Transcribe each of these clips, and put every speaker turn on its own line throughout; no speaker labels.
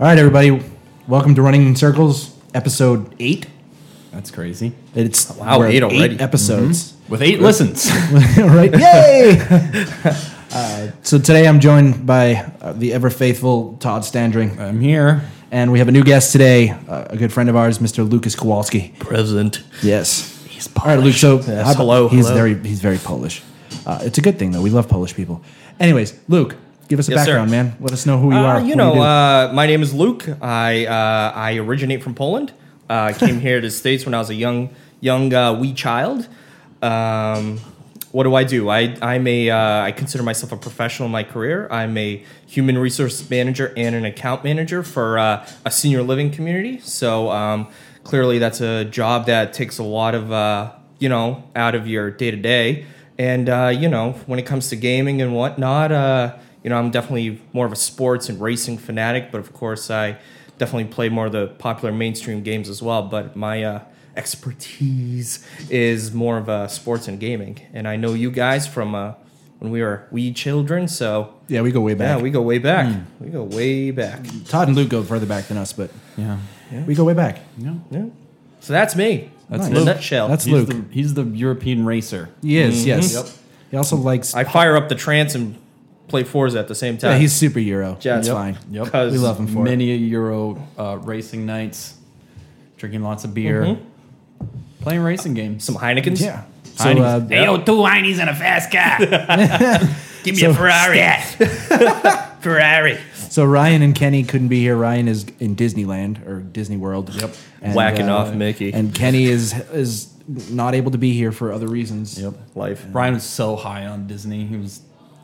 All right, everybody, welcome to Running in Circles, episode eight.
That's crazy.
It's
Wow,
we're at
eight already. Mm-hmm.
episodes,
With eight listens.
right? Yay! uh, so today I'm joined by uh, the ever faithful Todd Standring,
I'm here.
and we have a new guest today, uh, a good friend of ours, Mr. Lucas Kowalski.
present.
Yes.
He's
All right, Luke. So
Yes,
how about-
hello,
He's
hello.
very he's very Polish. Uh, it's a good thing though. We love Polish people. Anyways, Luke, give us a
Yes, sir.
background, man. Let us know who you
Uh,
are.
you
what
know,
do.
uh, my name is Luke. I uh, I originate from Poland. Uh, I came here to the states when I was a young young uh, wee child. Um, what do I do? I I'm a uh, I consider myself a professional in my career. I'm a human resource manager and an account manager for uh, a senior living community. So um, clearly, that's a job that takes a lot of uh, you know out of your day to day. And uh, you know, when it comes to gaming and whatnot, uh, you know, I'm definitely more of a sports and racing fanatic, but of course, I definitely play more of the popular mainstream games as well. But my uh, expertise is more of uh, sports and gaming, and I know you guys from uh, when we were wee children. So
yeah, we go way back. Hmm.
yeah, we go way back. We go way back.
Todd and Luke go further back than us, but
Yeah.
we go way back.
No.
Yeah. So that's me.
That's
in a
Luke.
nutshell.
That's
He's
Luke.
the he's the European racer.
He is, yes.
Mm-hmm. Yep.
He also likes.
I fire up the trance and play Forza at the same time.
yeah, he's super Euro.
Yeah,
It's
yep.
fine.
Yep.
Cuz-
We love him for it.
Many a Euro uh, racing nights, drinking lots of beer,
Mm-hmm.
playing racing games.
some Heinekens.
Yeah. So,
Heinies.
uh,
Yep.
two heinies and a fast car. Give me a Ferrari. Ferrari.
so Ryan and Kenny couldn't be here. Ryan is in Disneyland or Disney World. Yep. And, uh,
Whacking off Mickey.
And Kenny is is not able to be here for other reasons.
Yep.
life.
Brian was so high on Disney. He was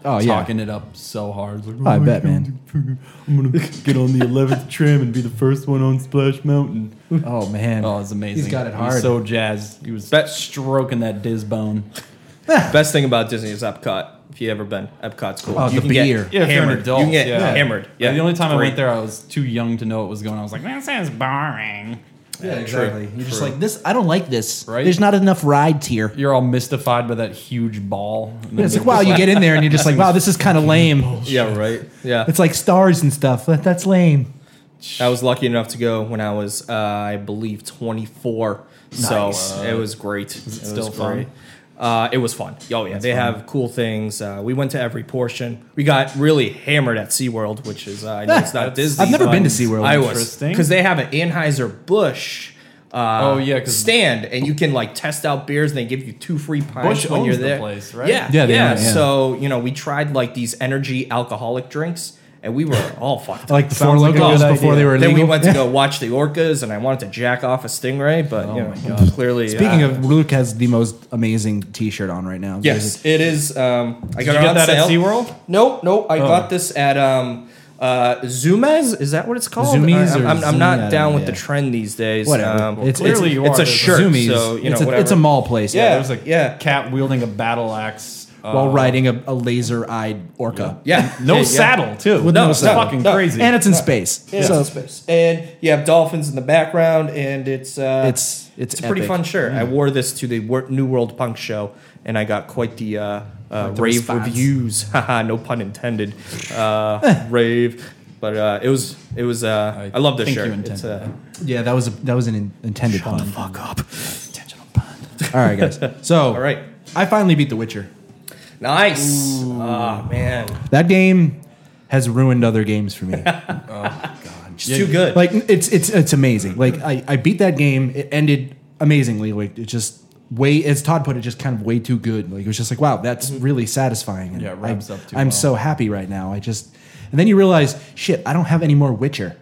Oh, yeah.
talking it up so hard. He's like,
I
"Oh,
bet,
I'm
man.
gonna- I'm gonna get on the 11th tram and be the first one on Splash Mountain.
Oh man.
Oh, it's amazing.
He's got it
He
hard.
was so jazzed. He was
Bet-
stroking that dis bone.
Best thing about Disney is Epcot. If you ever been, Epcot's cool.
Oh,
you
the beer.
Get hammered. you can get hammered. Yeah.
The only time I
Great.
went there, I was too young to know what was going on. I was like, man, this sounds boring.
yeah,
exactly.
You're just like this. I don't like this.
Right?
There's not enough rides here.
You're all mystified by that huge ball. And
It's
then
like wow, you get in there and you're just like wow, this is kind of lame.
Mm-hmm. Yeah, right. Yeah.
It's like stars and stuff. That- That's lame.
I was lucky enough to go when I was, uh, I believe, 24. So uh, it was great. It was
still fun?
great. Uh, it was fun. Oh, yeah. they have cool things. Uh, we went to every portion. We got really hammered at SeaWorld, which is, uh, I know it's not Disney.
I've never
but
been to SeaWorld.
I was.
Interesting.
Because they have an Anheuser-Busch. Uh,
Oh, yeah, 'cause-
stand and you can like test out beers and they give you two free pints
Busch
when
owns
you're
the
there.
place, right?
Yeah,
Yeah,
yeah,
they
yeah.
own it, yeah.
So you know, we tried like these energy alcoholic drinks and we were all fucked.
Like the four
Sounds like a
locals
good
before
idea.
they were
Then
illegal.
we went to go watch the orcas, and I wanted to jack off a stingray, but you know, clearly.
Oh Speaking
uh,
of, Luke has the most amazing T-shirt on right now. There's
yes, it is. Um, I got
you
it
get
on
that at
sale.
SeaWorld?
No, no,
Oh.
I got this at um, uh, Zumez. Is that what it's called?
Zumiez
I,
or
am I'm, I'm
Zumi, I
not down
don't-
with
yeah.
the trend these days.
Whatever.
Um,
It's-
clearly you
it's
are.
a
There's a
shirt,
Zumiez.
so you know
it's, a,
whatever.
it's a mall place.
Yeah.
Yeah.
There's a
Yeah.
cat wielding a battle axe. Uh,
While riding a, a laser-eyed orca.
yeah.
no
Yeah, yeah.
saddle, too.
With no
it's
saddle.
fucking
No.
crazy.
And it's in space.
Yeah.
So
space. And you have dolphins in the background, and it's uh,
It's- it's
it's a pretty
epic. Mm.
fun shirt. I wore this to the Wor- New World Punk show, and I got quite the uh, uh, rave
response.
reviews. Haha, no pun intended.
Eh.
Uh, rave, but uh, it was it was. Uh, I,
I
love this
think you
shirt.
intended
It's, uh,
yeah, that was a, that was an in, intended Shut pun.
fuck up. Intentional pun.
All right, guys. So
All right.
I finally beat The Witcher.
nice. Ah man,
That game has ruined other games for me.
it's too good.
like it's it's it's amazing. Like I, I beat that game. It ended amazingly. Like it just way as Todd put it, just kind of way too good. Like it was just like wow, that's really satisfying. And
Mm-hmm. Yeah, it wraps
I'm,
up too
I'm
well.
so happy right now. I just and then you realize shit, I don't have any more Witcher.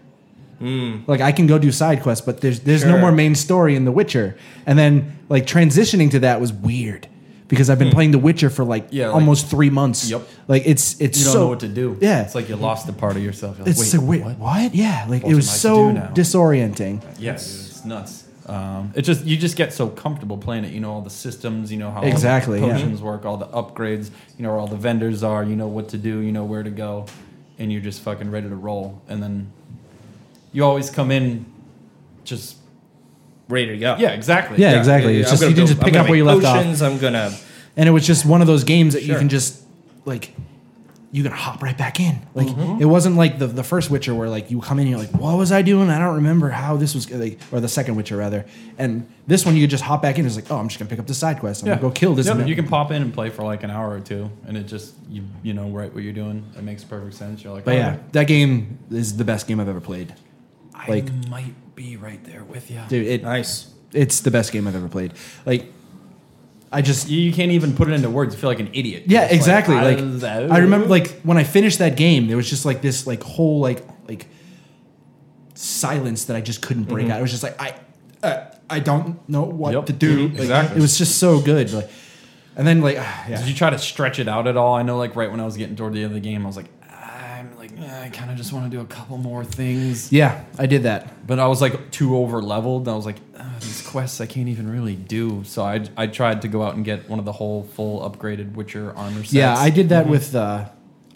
Mm.
Like I can go do side quests, but there's there's no
Sure.
more main story in The Witcher. And then like transitioning to that was weird. Because I've been playing The Witcher for like
Hmm. Yeah, like-
almost three months.
Yep.
Like it's it's
You don't
so,
know what to do.
Yeah.
It's like you lost a part of yourself. You're like,
It's
wait,
so weird. What? Yeah, like
What
it
am
was
I to
so
do now?
disorienting.
Yes, it's nuts. Um, it just you just get so comfortable playing it. You know all the systems. You know how all the
Exactly, yeah.
potions work, all the upgrades. You know where all the vendors are. You know what to do. You know where to go, and you're just fucking ready to roll. And then you always come in, just
Ready to go.
yeah, exactly.
Yeah, exactly. It's
I'm
just
gonna
you didn't
go-
just
I'm
pick
gonna
up where you
make
left off,
potions, I'm gonna.
and it was just one of those games that you
Sure.
can just like you can hop right back in. Like
Mm-hmm.
it wasn't like the, the first Witcher where like you come in and you're like, what was I doing? I don't remember how this was like, or the second Witcher rather. And this one you could just hop back in. It's like, oh, I'm just gonna pick up the side quest. I'm
Yeah.
gonna go kill this.
Yep,
man.
You can pop in and play for like an hour or two, and it just you you know right what you're doing. It makes perfect sense. You're like,
But
"Oh,
yeah, that game is the best game I've ever played.
I
like-
might be right there with you.
Dude, it,
Nice.
it's the best game I've ever played. Like, I just
You, you can't even put it into words. You feel like an idiot.
Yeah,
You're just
exactly. Like,
"I-
I remember like when I finished that game, there was just like this like whole like like silence that I just couldn't break
Mm-hmm.
out. It was just like I uh, I don't know what
Yep.
to do.
Mhm.
Like,
Exactly.
It was just so good. Like, and then like ah, yeah.
Did you try to stretch it out at all? I know, like right when I was getting toward the end of the game, I was like, I'm like, eh, I kind of just want to do a couple more things.
yeah, I did that.
But I was like too over leveled, and I was like, "Ah, these quests I can't even really do. So I I tried to go out and get one of the whole full upgraded Witcher armor sets.
yeah, I did
mm-hmm.
that with uh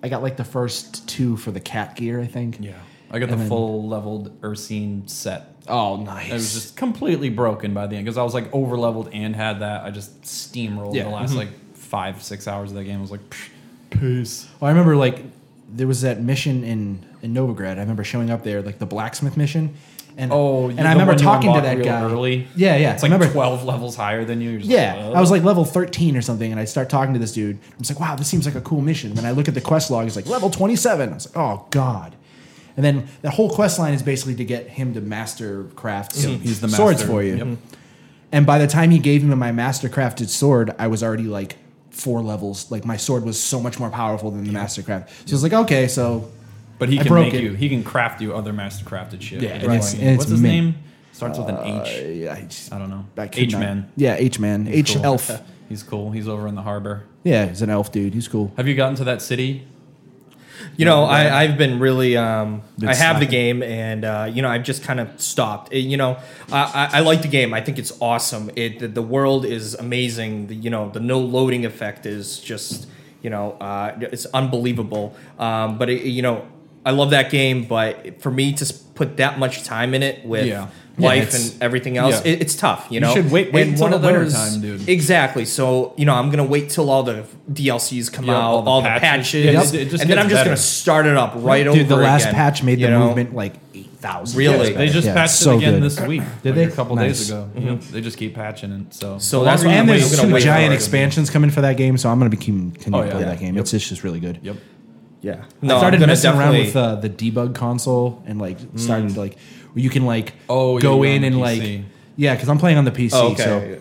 I got like the first two for the cat gear, I think.
Yeah, I got the
And then-
full leveled Ursine set.
Oh, nice.
It was just completely broken by the end because I was like over leveled and had that. I just steamrolled
Yeah. mm-hmm.
the last like five six hours of that game. I was like, "Psh, peace.
Well, Oh, I remember like there was that mission in in Novigrad. I remember showing up there, like the blacksmith mission, and
Oh,
and
you're
I
the
remember
one you
talking to
unlock
that
real
guy
early?
Yeah, yeah.
It's
I
like
remember,
12 levels higher than you. You're just
Yeah,
like,
I was like level thirteen or something, and I start talking to this dude. I'm just like, wow, this seems like a cool mission. And then I look at the quest log. It's like level twenty seven. I was like, oh god. And then that whole quest line is basically to get him to master craft
He's the
swords
master.
for you.
Mm-hmm. Yep.
And by the time he gave me my master crafted sword, I was already like four levels. Like my sword was so much more powerful than the master craft. So I was like, okay, so
but he
I
can
broke
make
it.
you. He can craft you other master crafted shit.
Yeah,
It's
and it's-
like-
and it's
what's his
mint.
name? Starts with an H.
uh, Yeah, I, just,
I don't know.
I could
H
not-
man.
Yeah, H man. H elf.
He's cool. He's over in the harbor.
Yeah, he's an elf dude. He's cool.
Have you gotten to that city?
You know, I, I've been really. Um,
Been
I have the
slacking.
game, and uh, you know, I've just kind of stopped. It- you know, I, I, I like the game. I think it's awesome. It the, the world is amazing. The, you know, the no loading effect is just you know, uh, it's unbelievable. Um, but it, you know, I love that game. But for me to s- put that much time in it with
Yeah. Yeah,
life
it's-
and everything else,
yeah.
it, it's tough. You
You
know,
should wait- wait
And
until
one
the
of
winter
those-
time, dude.
Exactly. So you know, I'm gonna wait till all the DLCs come
Yeah,
out, all the, patches,
Yeah, it just- it just
and then
gets
I'm just
better.
gonna start it up right over.
Dude, the last
again,
patch made
you
the
know?
movement like eight thousand.
Really?
They just
Yeah,
patched
so
it again
good.
this week.
Did
like
they?
A couple
Nice. Mm-hmm.
days ago. Yep, They just keep patching it. So
So that's why I'm
and
waiting.
there's
I'm gonna
two
wait for
giant
it.
expansions coming for that game, so I'm gonna be keeping continue
Oh,
to
yeah.
play
Yeah.
that game. It's just, just really good.
Yep.
Yeah. No,
I started
I'm gonna
messing around with
definitely-
uh, the debug console and like started to like where you can like
Mm. Oh, yeah,
go
you're
in
on
and
the
like
PC.
yeah, because I'm playing on the PC,
Oh, okay.
so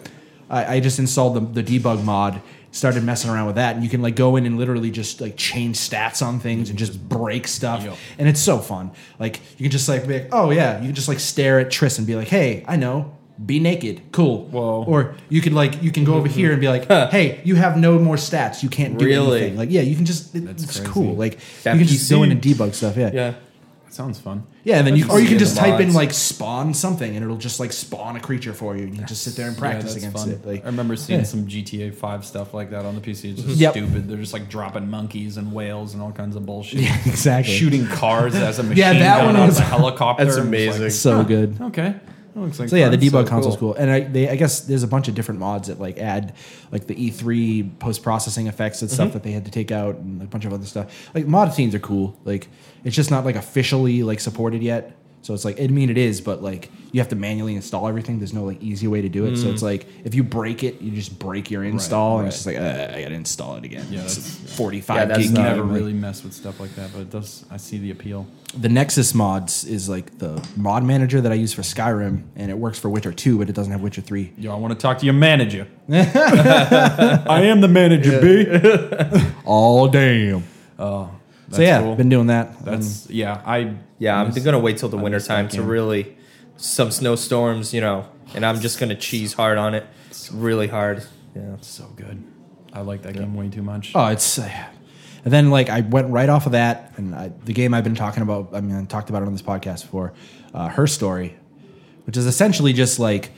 I, I just installed the, the debug mod. Started messing around with that, and you can like go in and literally just like change stats on things and just break stuff,
Yep.
and it's so fun. Like you can just like be like, oh yeah, you can just like stare at Triss and be like, hey, I know, be naked, cool.
Whoa.
Or you could like you can go over here and be like, hey, you have no more stats, you can't do
Really?
anything. Like yeah, you can just it-
That's
it's
crazy.
cool. Like
That
you can just go
PC.
in and debug stuff. Yeah.
Yeah.
sounds fun.
Yeah, and then you
That's
or you
just
can
the
just type in
mods.
like spawn something, and it'll just like spawn a creature for you, and you just sit there and practice
that's
against
fun.
it. Like,
I remember seeing
Yeah.
some GTA Five stuff like that on the PC. It's just
Yep.
stupid. They're just like dropping monkeys and whales and all kinds of bullshit.
yeah, exactly.
Shooting cars as a machine
Yeah, that
gun
one
out of
was-
a helicopter.
That's
I'm just
amazing.
so good.
Like, okay, that looks like
So yeah, the
fun,
debug
so
console's cool, and I, they, I guess there's a bunch of different mods that like add like the E3 post processing effects and
Mm-hmm.
stuff that they had to take out, and a bunch of other stuff. Like mod scenes are cool. Like it's just not like officially like supported yet, so it's like I mean it is, but like you have to manually install everything. There's no like easy way to do it, so
Mm.
it's like if you break it, you just break your install, and it's just like uh, I gotta install it again.
Yeah,
it's
that's-
a 45
Yeah, that's
gig.
not
game,
Never
like-
really mess with stuff like that, but it does. I see the appeal.
the Nexus mods is like the mod manager that I use for Skyrim, and it works for Witcher 2, but it doesn't have Witcher 3.
Yo, I want to talk to your manager. I am the manager, B.
All damn.
Oh, that's
So yeah,
cool.
been doing that.
that's yeah. I
Yeah. I'm gonna wait till the winter
miss that
time to
game.
really some snowstorms, you know, and I'm just gonna cheese hard on it. It's really hard. Yeah.
so good. I like that game way too much.
Oh, it's. Uh, and then like I went right off of that, and I, the game I've been talking about. I mean, I talked about it on this podcast before. Uh, Her story, which is essentially just like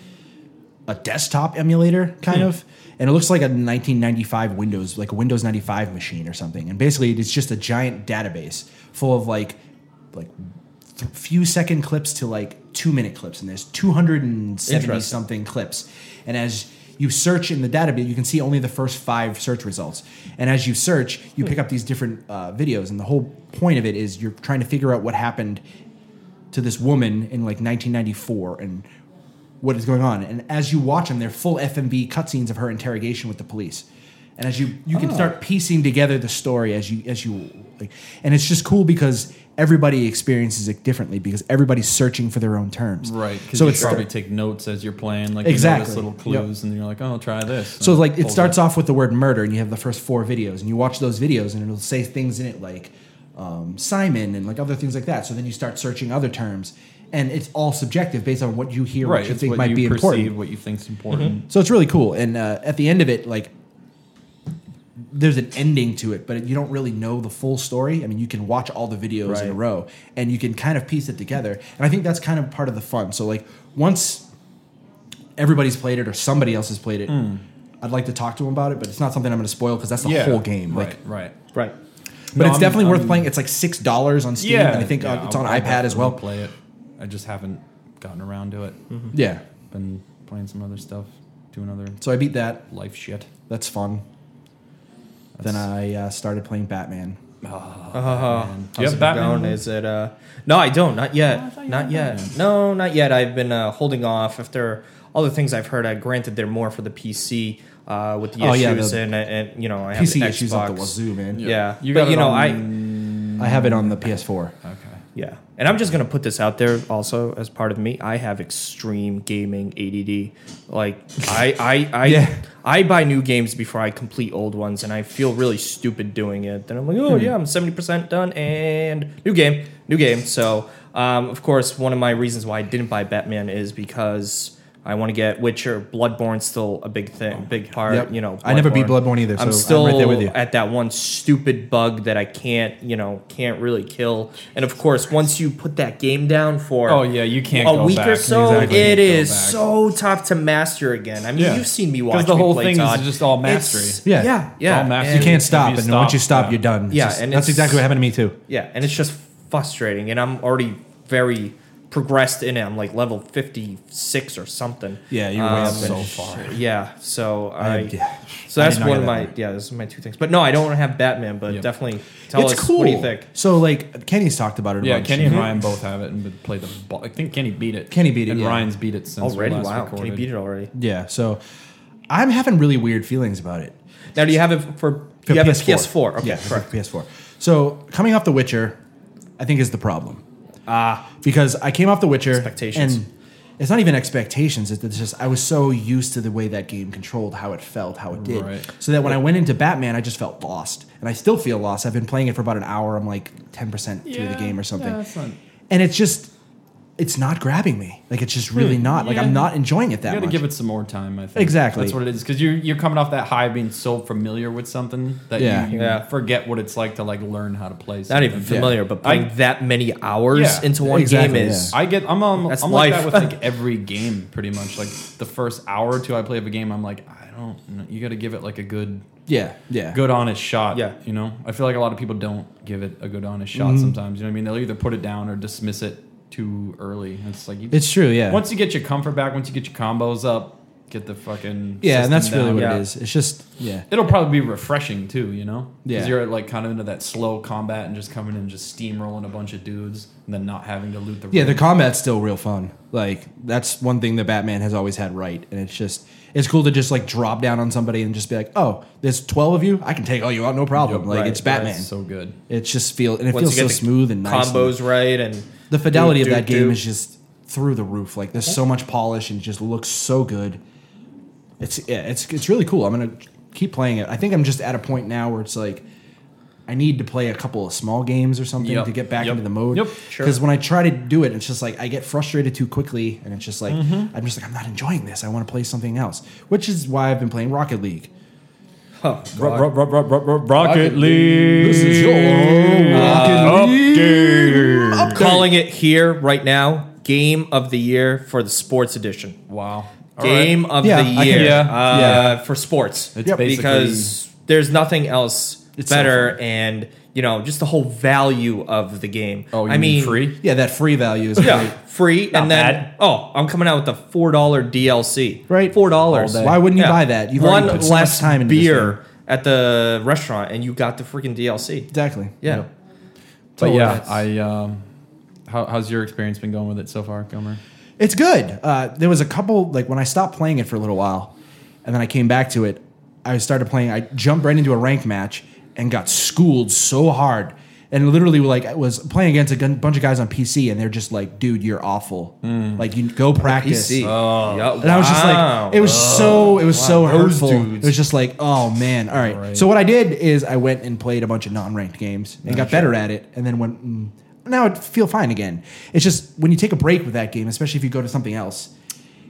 a desktop emulator, kind of, and it looks like a 1995 Windows, like a Windows 95 machine or something. And basically, it's just a giant database full of like, like th- few second clips to like two minute clips, and there's 270
Interesting.
something clips, and as you search in the database, you can see only the first five search results. And as you search, you pick up these different uh, videos. And the whole point of it is you're trying to figure out what happened to this woman in like 1994 and what is going on. And as you watch them, they're full FMV cutscenes of her interrogation with the police. And as you you can
Oh.
start piecing together the story as you as you like, and it's just cool because everybody experiences it differently because everybody's searching for their own terms.
Right. Because
So
you
it's
probably take notes as you're playing, like
Exactly.
you notice little
Yep.
clues, and you're like, oh, try this.
So
and
like it
pulls
starts off with the word murder, and you have the first four videos, and you watch those videos, and it'll say things in it like um, Simon and like other things like that. So then you start searching other terms, and it's all subjective based on what you hear,
Right.
what you
it's
think
what
might
you
be
perceive,
important. Mm-hmm.
what you think's important.
So it's really cool. And uh, at the end of it, like there's an ending to it, but you don't really know the full story. I mean, you can watch all the videos in a
Right.
row and you can kind of piece it together. And I think that's kind of part of the fun. So like once everybody's played it or somebody else has played it, I'd like to talk to them about it, but it's not something I'm going to spoil because that's the
Hmm. Yeah.
whole game.
Right.
Like,
right.
Right.
but it's
I'm-
definitely worth
I'm-
playing. It's like six dollars on Steam, and I think uh, it's on
I'll- I'll
iPad as well. Mm-hmm.
Play it. I just haven't gotten around to it.
Yeah.
Been playing some other stuff, doing other
So I beat that.
life shit.
That's fun. Then I uh, started playing Batman.
Ah.
Uh,
Do you have Batman
down
one?
is it? Uh, no, I don't. Not yet.
Oh, I thought you
not
had
yet.
Batman.
No, not yet. I've been uh, holding off after all the things I've heard. Uh, granted, they're more for the PC uh, with the
Oh, yeah,
issues
the
and, and you know I have
PC
the
issues out the
Xbox.
wazoo, man.
Yeah,
You
but
got it
you know I
on-
I have it on the PS4.
Okay.
yeah, and I'm just gonna put this out there also as part of me. I have extreme gaming ADD. Like I I I
Yeah.
I buy new games before I complete old ones, and I feel really stupid doing it. Then I'm like, oh yeah, I'm seventy percent done, and new game, new game. So um, of course, one of my reasons why I didn't buy Batman is because. I want to get Witcher, Bloodborne still a big thing, big part.
Yep.
You know,
I never beat Bloodborne either,
I'm
so I'm
still
right there with you.
at that one stupid bug that I can't, you know, can't really kill. And of course, once you put that game down for
Oh yeah, you can't.
a
go
week
back.
or so,
Exactly.
it
Go
is
back.
so tough to master again. I mean,
Yeah.
you've seen me watch
'Cause the
me
whole
play,
thing is
Todd.
just all
It's-
mastery.
Yeah. It's
yeah,
all
yeah.
mastery.
And-
You can't
If
stop,
you
and once you
stop,
stop,
yeah.
you're done. It's
Yeah,
just-
and
that's
it's-
exactly what happened to me too.
Yeah, and it's just frustrating. And I'm already very progressed in it. I'm like level 56 or something.
Yeah, you're way
Um,
up there.
so far.
Yeah, so I.
yeah.
So
I
that's
did not
one
get
of my
that
yeah. Those are my two things. But no, I don't have Batman. But
Yep.
definitely tell
it's
us
cool.
what do you think.
So like Kenny's talked about it. a
Yeah,
bunch. Mm-hmm.
Kenny and Ryan both have it and been- played the ball. I think Kenny beat it.
Kenny beat it,
And
yeah.
Ryan's beat it since we
Already,
last
wow!
Recorded.
Can you beat it already?
Yeah. So I'm having really weird feelings about it.
Now, do you have it for? you have a PS4. Okay,
yeah, I have a
correct.
PS4. So coming off The Witcher, I think is the problem. Ah, because I came off The Witcher
Expectations.
and it's not even expectations. It's just I was so used to the way that game controlled, how it felt, how it did,
Right.
so that when I went into Batman, I just felt lost, and I still feel lost. I've been playing it for about an hour. I'm like ten percent through the game or something,
Yeah, that's not,
and it's just it's not grabbing me. Like it's just really
Hmm,
not. Like
yeah.
I'm not enjoying it
you
that
got to
much.
give it some more time. I think
Exactly.
that's what it is because you're you're coming off that high of being so familiar with something that
Yeah.
you, you
Yeah.
forget what it's like to like learn how to play.
Not
Something.
even familiar, but playing
I-
that many hours
Yeah,
into one
exactly,
game is
I get I'm um,
That's
I'm like that
life.
with like every game pretty much. Like the first hour or two I play of a game, I'm like I don't. know. You got to give it like a good
yeah, yeah. Mm-hmm.
good honest shot.
Yeah.
You know? I feel like a lot of people don't give it a good honest shot sometimes. You know what I mean? They'll either put it down or dismiss it too early. It's like you,
It's true. Yeah.
once you get your comfort back, once you get your combos up, get the fucking
yeah, and that's
system
really
down.
what
Yeah.
it is. It's just yeah.
It'll probably be refreshing too, you know?
Yeah.
you're like kind of into that slow combat and just coming in and just steamrolling a bunch of dudes and then not having to loot the
Yeah, the
ring.
combat's still real fun. Like that's one thing that Batman has always had right, and it's just it's cool to just like drop down on somebody and just be like, oh, there's twelve of you, I can take all you out, no problem. like
Right,
it's Batman.
That's so good.
it's just feel and it
once
feels so
you get the
smooth and nice. and-
combos right and
the fidelity
do-
of that
do-
game
do.
is just through the roof. Like there's so much polish and it just looks so good. It's yeah, it's it's really cool. I'm gonna keep playing it. I think I'm just at a point now where it's like I need to play a couple of small games or something
Yep.
to get back
Yep.
into the mode.
Yep.
Sure.
Because when I try to do it, it's just like I get frustrated too quickly, and it's just like
Mm-hmm.
I'm just like I'm not enjoying this. I want to play something else, which is why I've been playing Rocket League.
Huh.
Rocket League.
This is your Rocket League
calling it here right now. Game of the year for the sports edition.
Wow. All right.
game of
Yeah,
the
I can-
year
yeah,
uh,
yeah.
for sports.
It's Yep. basically-
because there's nothing else
It's
better, and you know, just the whole value of the game.
Oh, you
I mean,
free?
Yeah, that free value is
Yeah,
great.
free, and then
bad.
oh, I'm coming out with the four dollar DLC.
Right.
four dollars.
All day. Why wouldn't you buy that? You've
One
already put so much
less
time into this game.
beer at the restaurant, and you got the freaking DLC.
Exactly.
Yeah,
But
Totally.
yeah, I. Um, how, how's your experience been going with it so far, Gomer?
It's good. Uh, there was a couple like when I stopped playing it for a little while, and then I came back to it. I started playing. I jumped right into a ranked match and got schooled so hard. And literally, like I was playing against a gun- bunch of guys on PC, and they're just like, "Dude, you're awful. Like, you go practice."
PC. Yeah,
And I was just
wow.
like, it was so, it was so
Those
hurtful.
dudes.
It was just like, oh man, all right.
Right.
So what I did is I went and played a bunch of non-ranked games and got better at it, and then went. Mm, now I feel fine again. It's just when you take a break with that game, especially if you go to something else,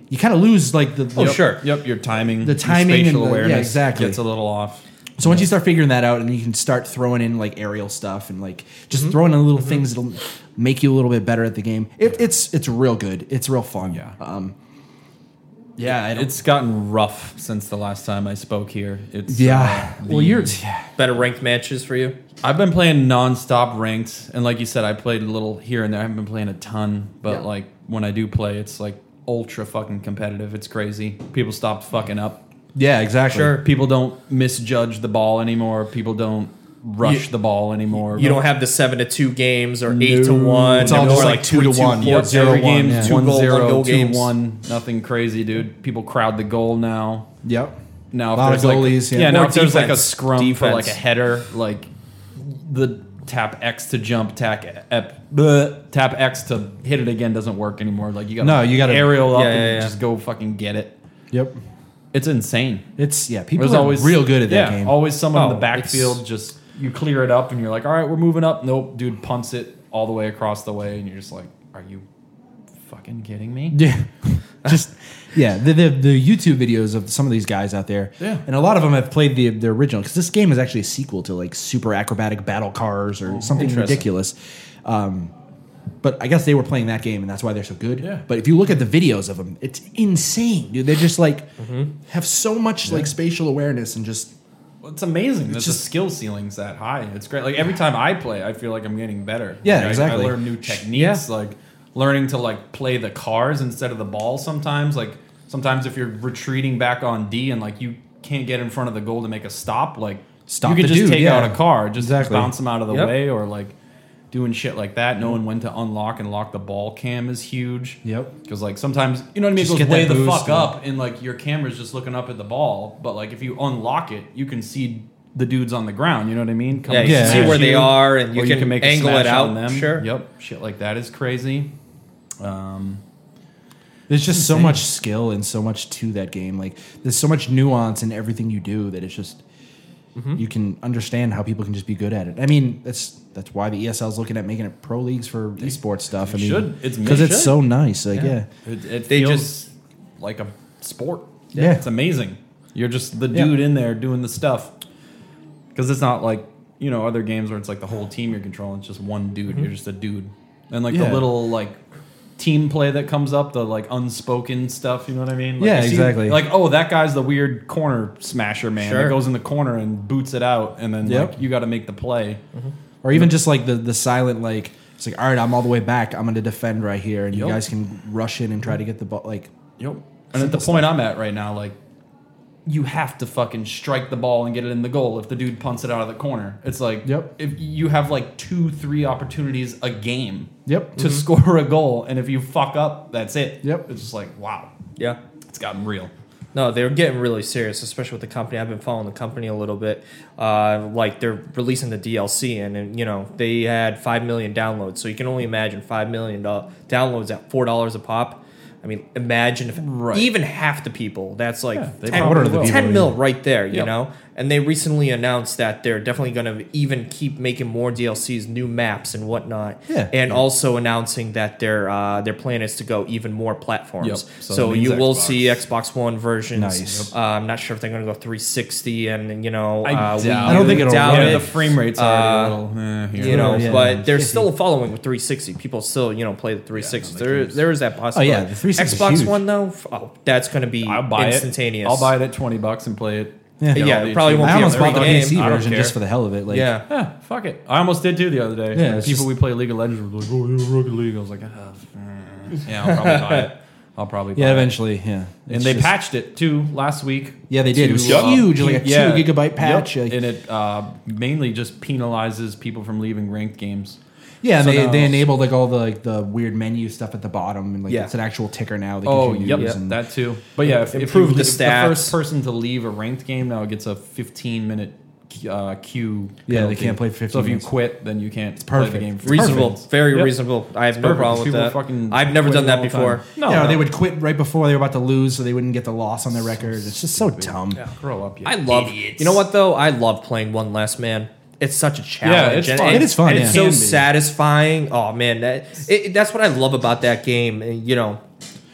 you kind of lose like the. the
Oh, sure.
Yep, your timing,
The
your
timing and
spatial
the- yeah,
awareness
exactly.
gets a little off.
So once you start figuring that out, and you can start throwing in like aerial stuff and like just
Mm-hmm.
throwing in little things that'll make you a little bit better at the game. It, it's it's real good. It's real fun.
Yeah.
Um, yeah. I don't-
It's gotten rough since the last time I spoke here. It's
yeah.
uh,
well,
the-
you're. Yeah.
better ranked matches for you.
I've been playing nonstop ranked, and like you said, I played a little here and there. I haven't been playing a ton, but
Yeah.
like when I do play, it's like ultra fucking competitive. It's crazy. People stopped fucking up.
Yeah. Exactly.
Sure.
People don't misjudge the ball anymore. People don't rush
You-
the ball anymore.
You don't have the seven to two games or eight to
No.
one.
It's all
or
just like two to
three,
one,
four,
yeah.
Every
Zero,
every
one,
game,
yeah.
two
one,
goal,
zero,
one goal
two,
games.
one. Nothing crazy, dude. People crowd the goal now.
Yep.
Now,
a
if
lot of
there's, like-
goalies.
yeah.
yeah.
now
Or
if there's like a
defense.
scrum for like a
Defense.
header, like the tap X to jump, tap ep, bleh, tap X to hit it again doesn't work anymore. Like you got
No, you gotta-
aerial up
Yeah,
and
yeah, yeah.
just go fucking get it.
Yep.
It's insane.
It's yeah, people
There's
are
always
real good at that
yeah,
game.
Always someone in
Oh,
the backfield just you clear it up and you're like, all right, we're moving up. Nope, dude punts it all the way across the way, and you're just like, are you fucking kidding me?
yeah. Just yeah, the, the the YouTube videos of some of these guys out there.
Yeah.
And a lot of them have played the the original cuz this game is actually a sequel to like Super Acrobatic Battle Cars
Oh,
or something
interesting.
ridiculous. Um but I guess they were playing that game, and that's why they're so good.
Yeah.
But if you look at the videos of them, it's insane, dude. They just like
Mm-hmm.
have so much like spatial awareness and just
Well, It's amazing. that
just-
the skill ceiling's that high. It's great. Like every time I play, I feel like I'm getting better.
Yeah,
Like, I-
exactly.
I, learn new techniques, like learning to like play the cars instead of the ball. Sometimes, like sometimes if you're retreating back on D and like you can't get in front of the goal to make a stop, like
Stop
you could
the
just
dude,
take
yeah.
out a car, just
Exactly.
bounce them out of the
Yep.
way, or like doing shit like that. Knowing when to unlock and lock the ball cam is huge.
Yep.
Because like sometimes you know what I mean.
Just
it
get
goes way
that
the
boost
fuck
and-
up, and like your camera's just looking up at the ball. But like if you unlock it, you can see the dudes on the ground. You know what I mean? Come
Yeah, you
can
smash
see
where they are, and you
or
can
a
angle
smash
it
on
out, sure.
Yep. Shit like that is crazy. Um,
There's just so much skill and so much to that game. Like there's so much nuance in everything you do that it's just
Mm-hmm.
you can understand how people can just be good at it. I mean, that's that's why the ESL is looking at making it pro leagues for esports stuff. I mean,
should. It's-
because
they
it's
should.
so nice. Like yeah,
it, it
They
feels
just-
like a sport.
Yeah.
it's amazing. You're just the
Yeah.
dude in there doing the stuff. Because it's not like you know other games where it's like the whole team you're controlling. It's just one dude. You're just a dude, and like
Mm-hmm. Yeah.
the little like team play that comes up, the like unspoken stuff. You know what I mean? Like,
Yeah,
you see-
exactly.
Like oh, that guy's the weird corner smasher man
Sure.
that goes in the corner and boots it out, and then
Yep.
like you got to make the play.
or even just like the the silent like it's like all right, I'm all the way back. I'm going to defend right here, and you
Yep.
guys can rush in and try to get the ball. Like
Yep. And at the point I'm at right now, like, you have to fucking strike the ball and get it in the goal if the dude punts it out of the corner. It's like,
Yep.
if you have like two, three opportunities a game
Yep. Mm-hmm.
to score a goal, and if you fuck up, that's it.
Yep.
It's just like, wow,
Yeah.
it's gotten real.
No, they're getting really serious, especially with the company. I've been following the company a little bit. Uh, like they're releasing the DLC, and, and you know they had five million downloads, so you can only imagine five million do- downloads at four dollars a pop. I mean, imagine if
Right.
even half the people. That's like
Yeah, they
10,
probably
will.
10 mil right there, you
Yep.
know. And they recently announced that they're definitely going to even keep making more DLCs, new maps, and whatnot.
Yeah.
And also announcing that their uh, their plan is to go even more platforms.
Yep. So
So,
that means
you will
Xbox.
see Xbox One versions.
Nice.
Uh, I'm not sure if they're going to go 360 and you know
I doubt
uh, Wii
it.
I don't think
U,
it'll
doubt
run.
it. Uh,
the frame rate's already a little, eh, here.
you know,
Yeah.
but they're still following with 360. People still, you know, play the 360.
that
there,
game's-
there is that possibility.
Oh, the 360 is
Xbox
huge.
One though, f- oh, that's going to be
I'll buy
instantaneous.
it. I'll buy it at 20 bucks and play it
Yeah.
Yeah,
all
it
the
probably won't
I
be a
almost
free
bought the
game.
PC
I don't
version
care.
just for the hell of it. Like,
yeah.
Yeah, fuck it. I almost did too the other day.
Yeah, it's
people
just-
we play League of Legends were like, "Oh, yeah, Rocket League." I was like, ah, mm, "Yeah, I'll probably buy it. I'll probably buy
Yeah,
it."
eventually. Yeah.
And
It's
they
just-
patched it too last week.
Yeah, they did. It
to,
was huge, like a two
yeah.
gigabyte patch,
Yep.
like-
and it uh, mainly just penalizes people from leaving ranked games.
Yeah,
So
they,
now-
they enabled like all the like the weird menu stuff at the bottom, and like
Yeah.
it's an actual ticker now. That
Oh,
you can
yep,
use and,
that too. But yeah, if, if
Improved
you
the
leave-
stats.
the first person to leave a ranked game now gets a 15 minute uh, queue.
Yeah, they
penalty.
can't play
So
15
if you
minutes.
quit, then you can't play
perfect.
the game. for-
Reasonable,
Perfect.
very
Yep.
reasonable. I have no
perfect.
problem with
People
that.
fucking
I've never
quit
done
it
that
all the
before.
time. No,
you know,
no.
they would quit right before they were about to lose, so they wouldn't get the loss on their record. It's just so dumb.
grow up. You
I love.
Idiots.
You know what though? I love playing one last man. It's such a challenge.
it's
and-
fun.
and-
It is fun,
and
yeah.
It's
Can
so
be.
satisfying. Oh man, that it, that's what I love about that game. And, you know,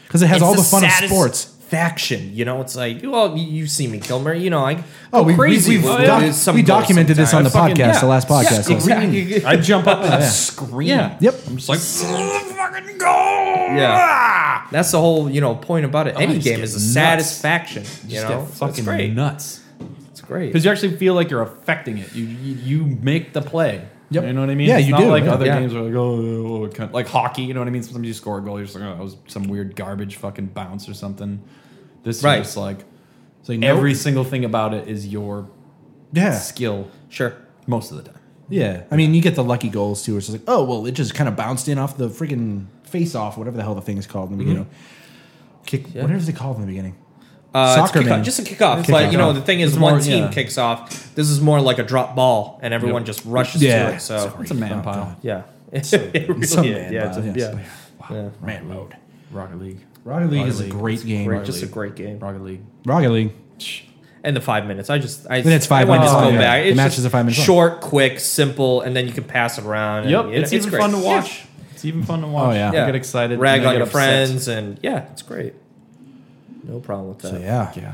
Because it has
It's
all
the
the, fun of
saddest-
sports.
faction. You know, it's like well, you, you see me, Kilmer. You know, I
Oh,
go
we, we,
crazy.
we've
with-
doc-
with some
we
goals
documented this on the
sometimes.
podcast,
yeah.
the last
Yeah,
podcast. so-
exactly.
I jump up and
Yeah.
scream.
Yeah.
Yep.
I'm just like,
Fucking go!
Yeah. That's the whole you know point about
Oh,
it. Any
just
game
get
is a
nuts.
satisfaction. You
just get
know, So it's
fucking
great.
nuts.
It's great.
Because you actually feel like you're affecting it. You you, you make the play.
Yep.
You know what I mean?
Yeah,
it's
you
not
do,
Like
yeah.
other
Yeah.
games where like oh, oh, oh, kind of- like hockey. You know what I mean? Sometimes you score a goal, you're just like oh, that was some weird garbage fucking bounce or something. This
Right.
is just like
so you know-
every single thing about it is your
yeah,
skill
Sure.
most of the time.
yeah. I mean, you get the lucky goals too. It's just like, oh well, it just kind of bounced in off the freaking face off, whatever the hell the thing is called in the beginning. Kick. What is it called in the beginning?
Uh, it's
Soccer
kickoff-
man.
just a kickoff.
Kickoff.
But you know, the thing is,
It's
one
more-
team
yeah.
kicks off. This is more like a drop ball, and everyone
Yep.
just rushes
Yeah.
to it. So
It's a man pile.
yeah, it really
Some
is.
man
yeah, it's a-
bile, yes.
yeah, yeah.
Man mode.
Rocket League.
Rocket League is a
League.
great game.
Great, just a
League.
great game.
Rocket League.
Rocket League.
And the five minutes, I just, I,
Then it's five
I wanna
minutes
just
long,
Go
yeah.
back.
The
It's
match
just
is a five minutes long.
Short, quick, simple, and then you can pass it around. and,
Yep.
you know,
It's, even
great.
fun to
Yeah.
watch. It's even fun to watch.
yeah.
I
Yeah.
get excited.
Rag
and I
on
get
your
upset.
friends, and yeah, it's great. No problem with that.
So yeah.
Yeah.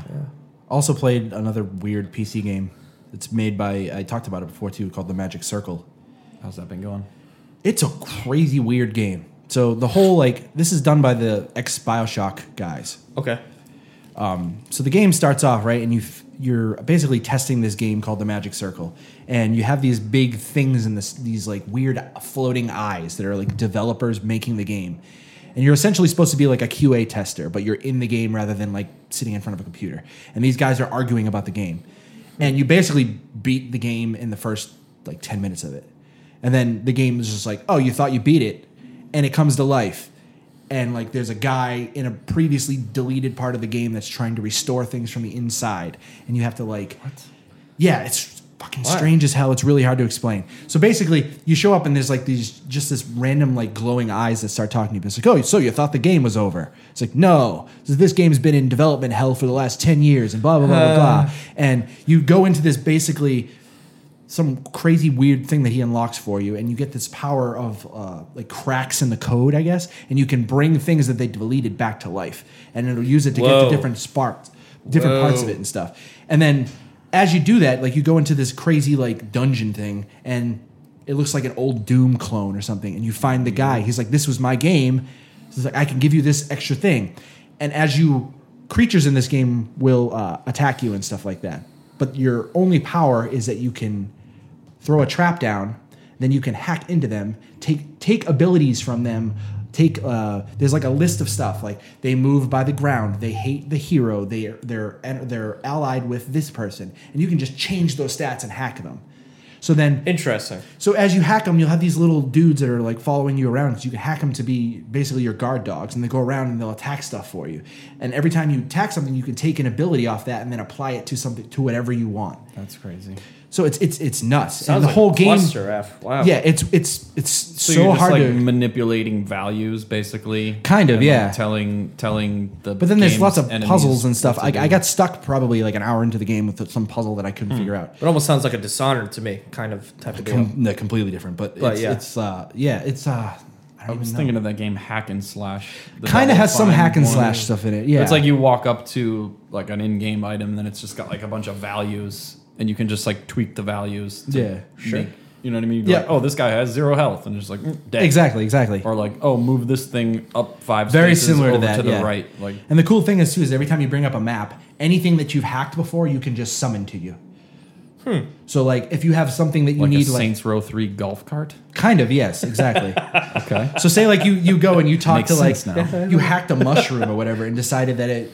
Also played another weird PC game. It's made by I talked about it before too, called the Magic Circle.
How's that been going?
It's a crazy weird game. So the whole like this is done by the ex Bioshock guys.
Okay.
So the game starts off right, and you f- you're basically testing this game called the Magic Circle, and you have these big things and this these like weird floating eyes that are like developers making the game, and you're essentially supposed to be like a QA tester, but you're in the game rather than like sitting in front of a computer. And these guys are arguing about the game, and you basically beat the game in the first like ten minutes of it, and then the game is just like, oh, you thought you beat it, and it comes to life and like there's a guy in a previously deleted part of the game that's trying to restore things from the inside and you have to like yeah it's fucking strange as hell it's really hard to explain so basically you show up and there's like these just this random like glowing eyes that start talking to you it's like oh so you thought the game was over it's like no so this game's been in development hell for the last 10 years and blah blah blah blah blah and you go into this basically some crazy weird thing that he unlocks for you, and you get this power of uh, like cracks in the code, I guess, and you can bring things that they deleted back to life, and it'll use it to get
Whoa.
to different sparks, different parts of it and stuff. And then as you do that, like you go into this crazy like dungeon thing, and it looks like an old Doom clone or something, and you find the guy. He's like, "This was my game. So it's like I can give you this extra thing," and as you creatures in this game will uh, attack you and stuff like that. But your only power is that you can throw a trap down, then you can hack into them, take take abilities from them. Take uh, there's like a list of stuff like they move by the ground, they hate the hero, they they're and they're allied with this person, and you can just change those stats and hack them. So then
Interesting.
so as you hack them, you'll have these little dudes that are like following you around because you can hack them to be basically your guard dogs, and they go around and they'll attack stuff for you. And every time you attack something, you can take an ability off that and then apply it to something to whatever you want.
That's crazy.
So it's it's it's nuts. and
Sounds
the
like
whole game,
cluster F. Wow.
yeah, it's it's it's so,
Oh. So, you're just
hard
like
to.
manipulating values, basically.
Kind of,
and, like,
yeah.
telling telling the.
But then there's
game's
lots of
enemies
puzzles and stuff. I,
what to
I
do. Hmm.
got stuck probably like an hour into the game with some puzzle that I couldn't figure out.
It almost sounds like a Dishonored to me, kind of type of deal.
Com- no, completely different, but,
But
it's,
yeah.
it's uh yeah, it's uh I
I
don't
was
even know.
thinking of that game Hack and Slash. the
Kind
Double
of has some
Fine
hack and
one.
slash stuff in it. Yeah,
It's like you walk up to like an in-game item, and then it's just got like a bunch of values, and you can just like tweak the values. To
Yeah,
sure. You know what I mean?
Yeah.
Like, oh, this guy has zero health, and just like mm, dead.
Exactly, exactly.
Or like, oh, move this thing up five.
Very
spaces
similar to
over
that.
To the
yeah.
right, like
and the cool thing is too is every time you bring up a map, anything that you've hacked before, you can just summon to you. Hmm. So like, if you have something that you
like
need,
a
like
Saints Row Three golf cart.
kind of yes, exactly.
Okay.
so say like you you go and you talk
Makes
to like
sense
you hacked a mushroom or whatever and decided that it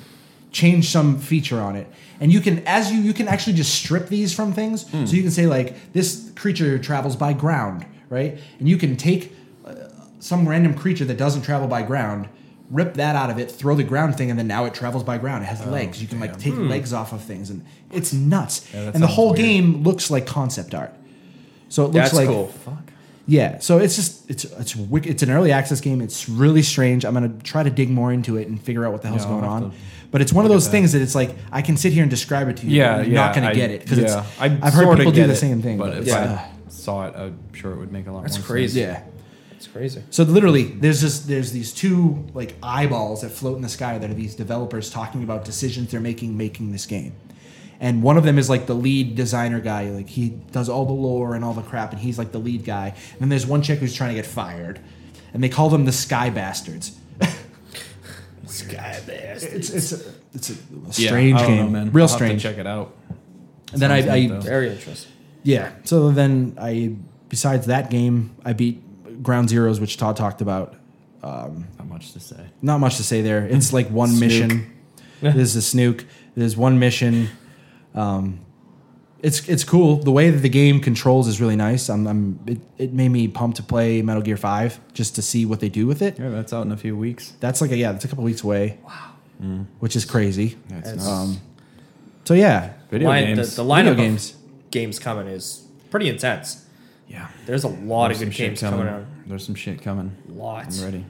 changed some feature on it and you can as you you can actually just strip these from things
Hmm.
so you can say like this creature travels by ground right and you can take uh, some random creature that doesn't travel by ground rip that out of it throw the ground thing and then now it travels by ground it has
Oh,
legs you can like take
Hmm.
legs off of things and it's nuts
that
and the
sounds
whole
weird.
game looks like concept art so it looks
That's
like
cool.
Fuck.
yeah, so it's just it's it's wick it's an early access game. It's really strange. I'm gonna try to dig more into it and figure out what the hell's
Yeah, I'll
going
have
on.
to
But it's one of those things that it's like I can sit here and describe it to you.
Yeah,
but you're
yeah,
not gonna
I-
get it because
yeah.
it's.
I
I've heard
sorta
people do
get
the
it,
same thing,
but,
but
if
it's,
yeah.
I saw it, I'm sure it would make a lot.
That's
more
uh,
crazy.
yeah.
It's crazy.
So literally, there's just there's these two like eyeballs that float in the sky that are these developers talking about decisions they're making making this game, and one of them is like the lead designer guy, like he does all the lore and all the crap, and he's like the lead guy. And then there's one chick who's trying to get fired, and they call them the Sky Bastards.
Sky best.
It's it's a, it's a
Yeah,
strange
I don't
game,
know, man.
real
I'll have to
strange.
check it out.
And then I,
Sounds neat,
I
though.
Very interesting.
Yeah. So then I, besides that game, I beat Ground Zeroes, which Todd talked about.
Not much to say.
Not much to say there. It's like one mission. There's a snook. There's one mission. Um, it's it's cool. The way that the game controls is really nice. I'm, I'm it, it made me pumped to play Metal Gear Five just to see what they do with it.
Yeah, that's out in a few weeks.
That's like a, yeah, that's a couple weeks away. Wow.
Mm.
Which is crazy.
It's-
Um, so yeah,
Video
Line-
games.
The, the lineup of
games.
games. coming is pretty intense.
yeah.
There's a lot of good games coming. out.
There's some shit coming.
Lots.
I'm ready.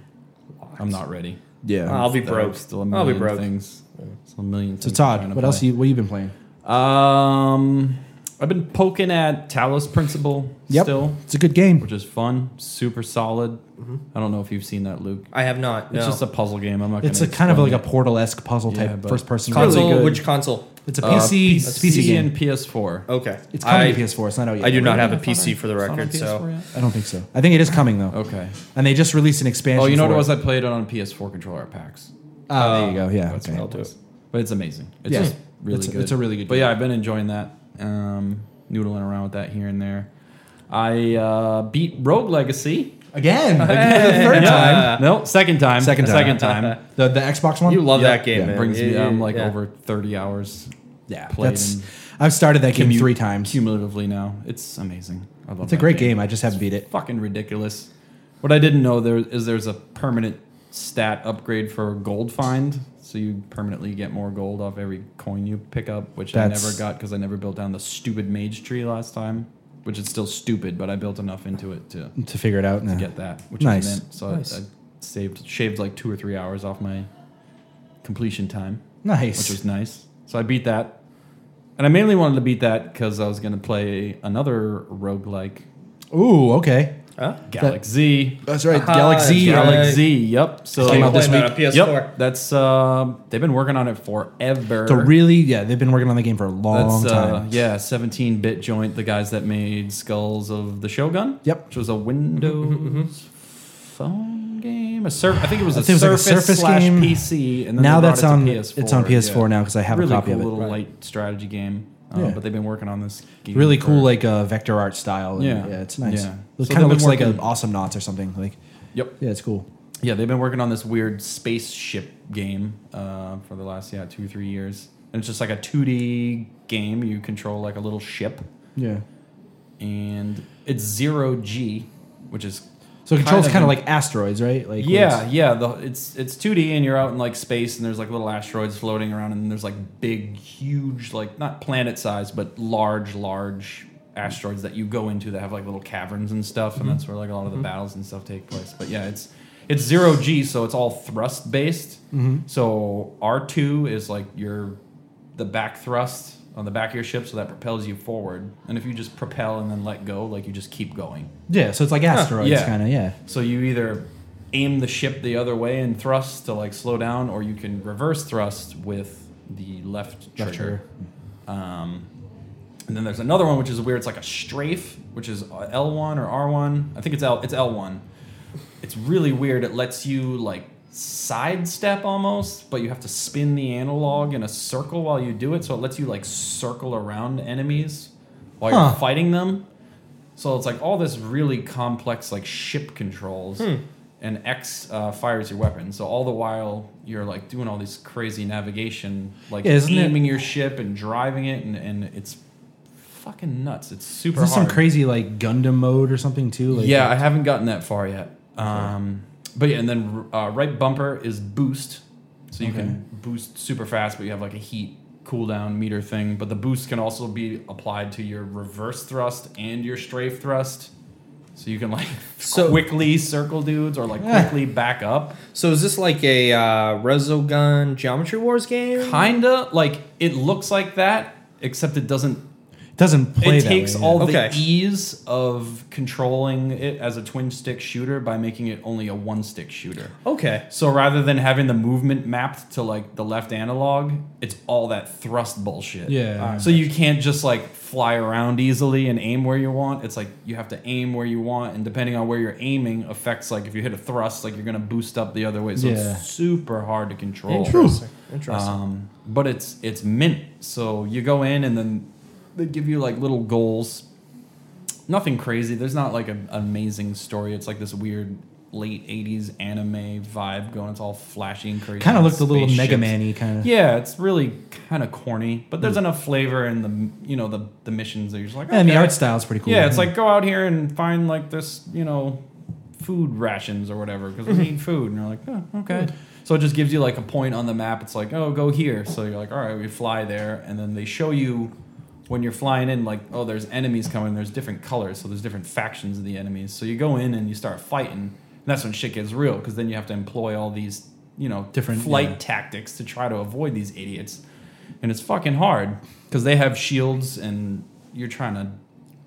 Lots.
I'm not ready.
yeah.
I'll be
There are
broke.
Still a
I'll
million
be broke.
things. Still a million.
so Todd, what else you what you been playing?
you? Um, I've been poking at Talos Principle
Yep.
still,
It's a good game.
which is fun. Super solid.
Mm-hmm.
I don't know if you've seen that, Luke.
I have not. No.
It's just a puzzle game. I'm not.
It's a
gonna
kind of
explain
like a
it.
portal esque puzzle
Yeah,
type
but
first person.
console. which console?
It's a
Uh,
PC, it's a PC, game.
and PS4.
Okay.
It's coming
I,
to PS4. It's not out yet.
I do not have a
I thought I-
PC for the
it's not on
record,
PS4
so
yet?
I don't think so. I think it is coming though.
Okay.
And they just released an expansion.
Oh, you know what it was? Um,
Like,
I played it on PS4 controller at PAX.
oh, there you go. Yeah.
That's
okay.
what
I'll do it.
But it's amazing. It's
Yeah.
just really
It's a-
good.
it's a really good
But
game.
yeah, I've been enjoying that. Um, noodling around with that here and there. I uh, beat Rogue Legacy.
Again, again, the third time.
Uh,
No, second time.
Second time.
Second time.
The the Xbox one.
You love
Yep.
that game,
Yeah,
man.
Brings me.
Yeah,
I'm like
yeah.
over 30 hours
yeah.
played
That's.
and-
I've started that game
Cumu-
three times.
cumulatively now. It's amazing. I love
It's a
that
great game. I just haven't beat it.
Fucking ridiculous. What I didn't know there is there's a permanent stat upgrade for gold find, so you permanently get more gold off every coin you pick up, which
That's-
I never got because I never built down the stupid mage tree last time, which is still stupid, but I built enough into it to
To figure it out. no.
get that, which
Nice.
I meant. So
Nice.
I, I saved shaved like two or three hours off my completion time which
Nice.
was nice. So I beat that. And I mainly wanted to beat that because I was going to play another roguelike,
Ooh. Okay.
Huh?
Galaxy.
That's right.
Aha,
Galaxy.
yeah.
Galaxy, yep. So
Came out this
Playing
week.
that on PS4.
Yep, that's uh, they've been working on it forever.
So really, yeah, they've been working on the game for a long
that's uh,
time.
yeah, 17-bit joint, the guys that made Skulls of the Shogun.
Yep.
which was a Windows
Mm-hmm,
phone game. A sur- I think it was a
I think it was like a
Surface,
Surface
slash
game.
PC. And then
Now
they brought
that's
it to
on-
PS4.
it's on PS4 now 'cause I have a
really
copy
cool
of it.
Little
Right.
light strategy game. Uh,
Yeah.
But they've been working on this. game
Really
for-
cool, like uh, vector art style. and,
Yeah.
yeah. it's nice. It
Yeah. So
kind
they've
of looks
been
like an
working-
awesome knots or something. Like,
Yep.
yeah, it's cool.
Yeah, they've been working on this weird spaceship game uh, for the last yeah two three years, and it's just like a two D game. You control like a little ship,
Yeah.
and it's zero G, which is
So it controls kind
an-
of like asteroids, right? Like
yeah
it's-
yeah. The, it's it's two D, and you're out in like space, and there's like little asteroids floating around, and there's like big, huge, like not planet size, but large, large asteroids that you go into that have like little caverns and stuff,
Mm-hmm.
and that's where like a lot of the battles and stuff take place. But yeah, it's it's zero G, so it's all thrust based.
Mm-hmm.
So R two is like your the back thrust on the back of your ship, so that propels you forward. And if you just propel and then let go, like you just keep going.
yeah. So it's like asteroids,
yeah.
kind of yeah.
So you either aim the ship the other way and thrust to like slow down, or you can reverse thrust with the left trigger.
trigger.
Um, And then there's another one which is weird. It's like a strafe, which is L1 or R1. I think it's L. It's L1. It's really weird. It lets you like sidestep almost, but you have to spin the analog in a circle while you do it. So it lets you like circle around enemies while
Huh.
you're fighting them. So it's like all this really complex like ship controls.
Hmm.
And X uh, fires your weapon, so all the while you're like doing all these crazy navigation, like
Yeah, isn't it-
aiming your ship and driving it, and, and it's fucking nuts. It's super
Is this some
hard.
crazy like Gundam mode or something too? Like,
yeah, I haven't gotten that far yet. Um, but yeah, and then uh, right bumper is boost, so you
Okay.
can boost super fast, but you have like a heat cooldown meter thing. But the boost can also be applied to your reverse thrust and your strafe thrust, so you can like
So-
quickly circle dudes or like quickly back up.
So is this like a uh, Resogun Geometry Wars game?
Kinda like it looks like that, except it doesn't
it doesn't play
it
that
takes
way,
all
yeah.
Okay.
the ease of controlling it as a twin stick shooter by making it only a one stick shooter.
Okay.
So rather than having the movement mapped to like the left analog, it's all that thrust bullshit. Uh,
Yeah. Alright.
So you can't just like fly around easily and aim where you want. It's like you have to aim where you want, and depending on where you're aiming, affects like if you hit a thrust, like you're gonna boost up the other way. So
Yeah.
it's super hard to control.
Interesting. Interesting.
Um, but it's it's mint. So you go in and then they give you like little goals. Nothing crazy. There's not like an amazing story. It's like this weird late '80s anime vibe going. It's all flashy and crazy.
Kind of
and
looked a little
spaceships.
Mega Man-y Hmm. kind of.
Yeah, it's really kind of corny, but there's enough flavor in the you know the the missions that you're just like.
and the
okay.
art style's pretty cool.
Yeah, it's like go out here and find like this, you know, food rations or whatever because we need food. And you're like, oh, okay. So it just gives you like a point on the map. It's like, oh, go here. So you're like, all right, we fly there, and then they show you when you're flying in, like, oh, there's enemies coming. There's different colors, so there's different factions of the enemies. So you go in and you start fighting, and that's when shit gets real because then you have to employ all these, you know,
Different-
flight
yeah.
tactics to try to avoid these idiots and it's fucking hard because they have shields and you're trying to